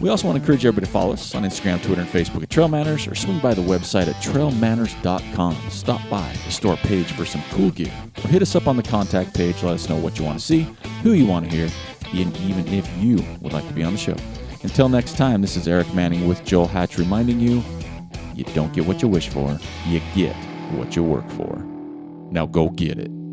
S1: We also want to encourage everybody to follow us on Instagram, Twitter, and Facebook at Trail Manners or swing by the website at trailmanners.com. Stop by the store page for some cool gear or hit us up on the contact page. Let us know what you want to see, who you want to hear, and even if you would like to be on the show. Until next time, this is Eric Manning with Joel Hatch reminding you you don't get what you wish for, you get what you work for. Now go get it.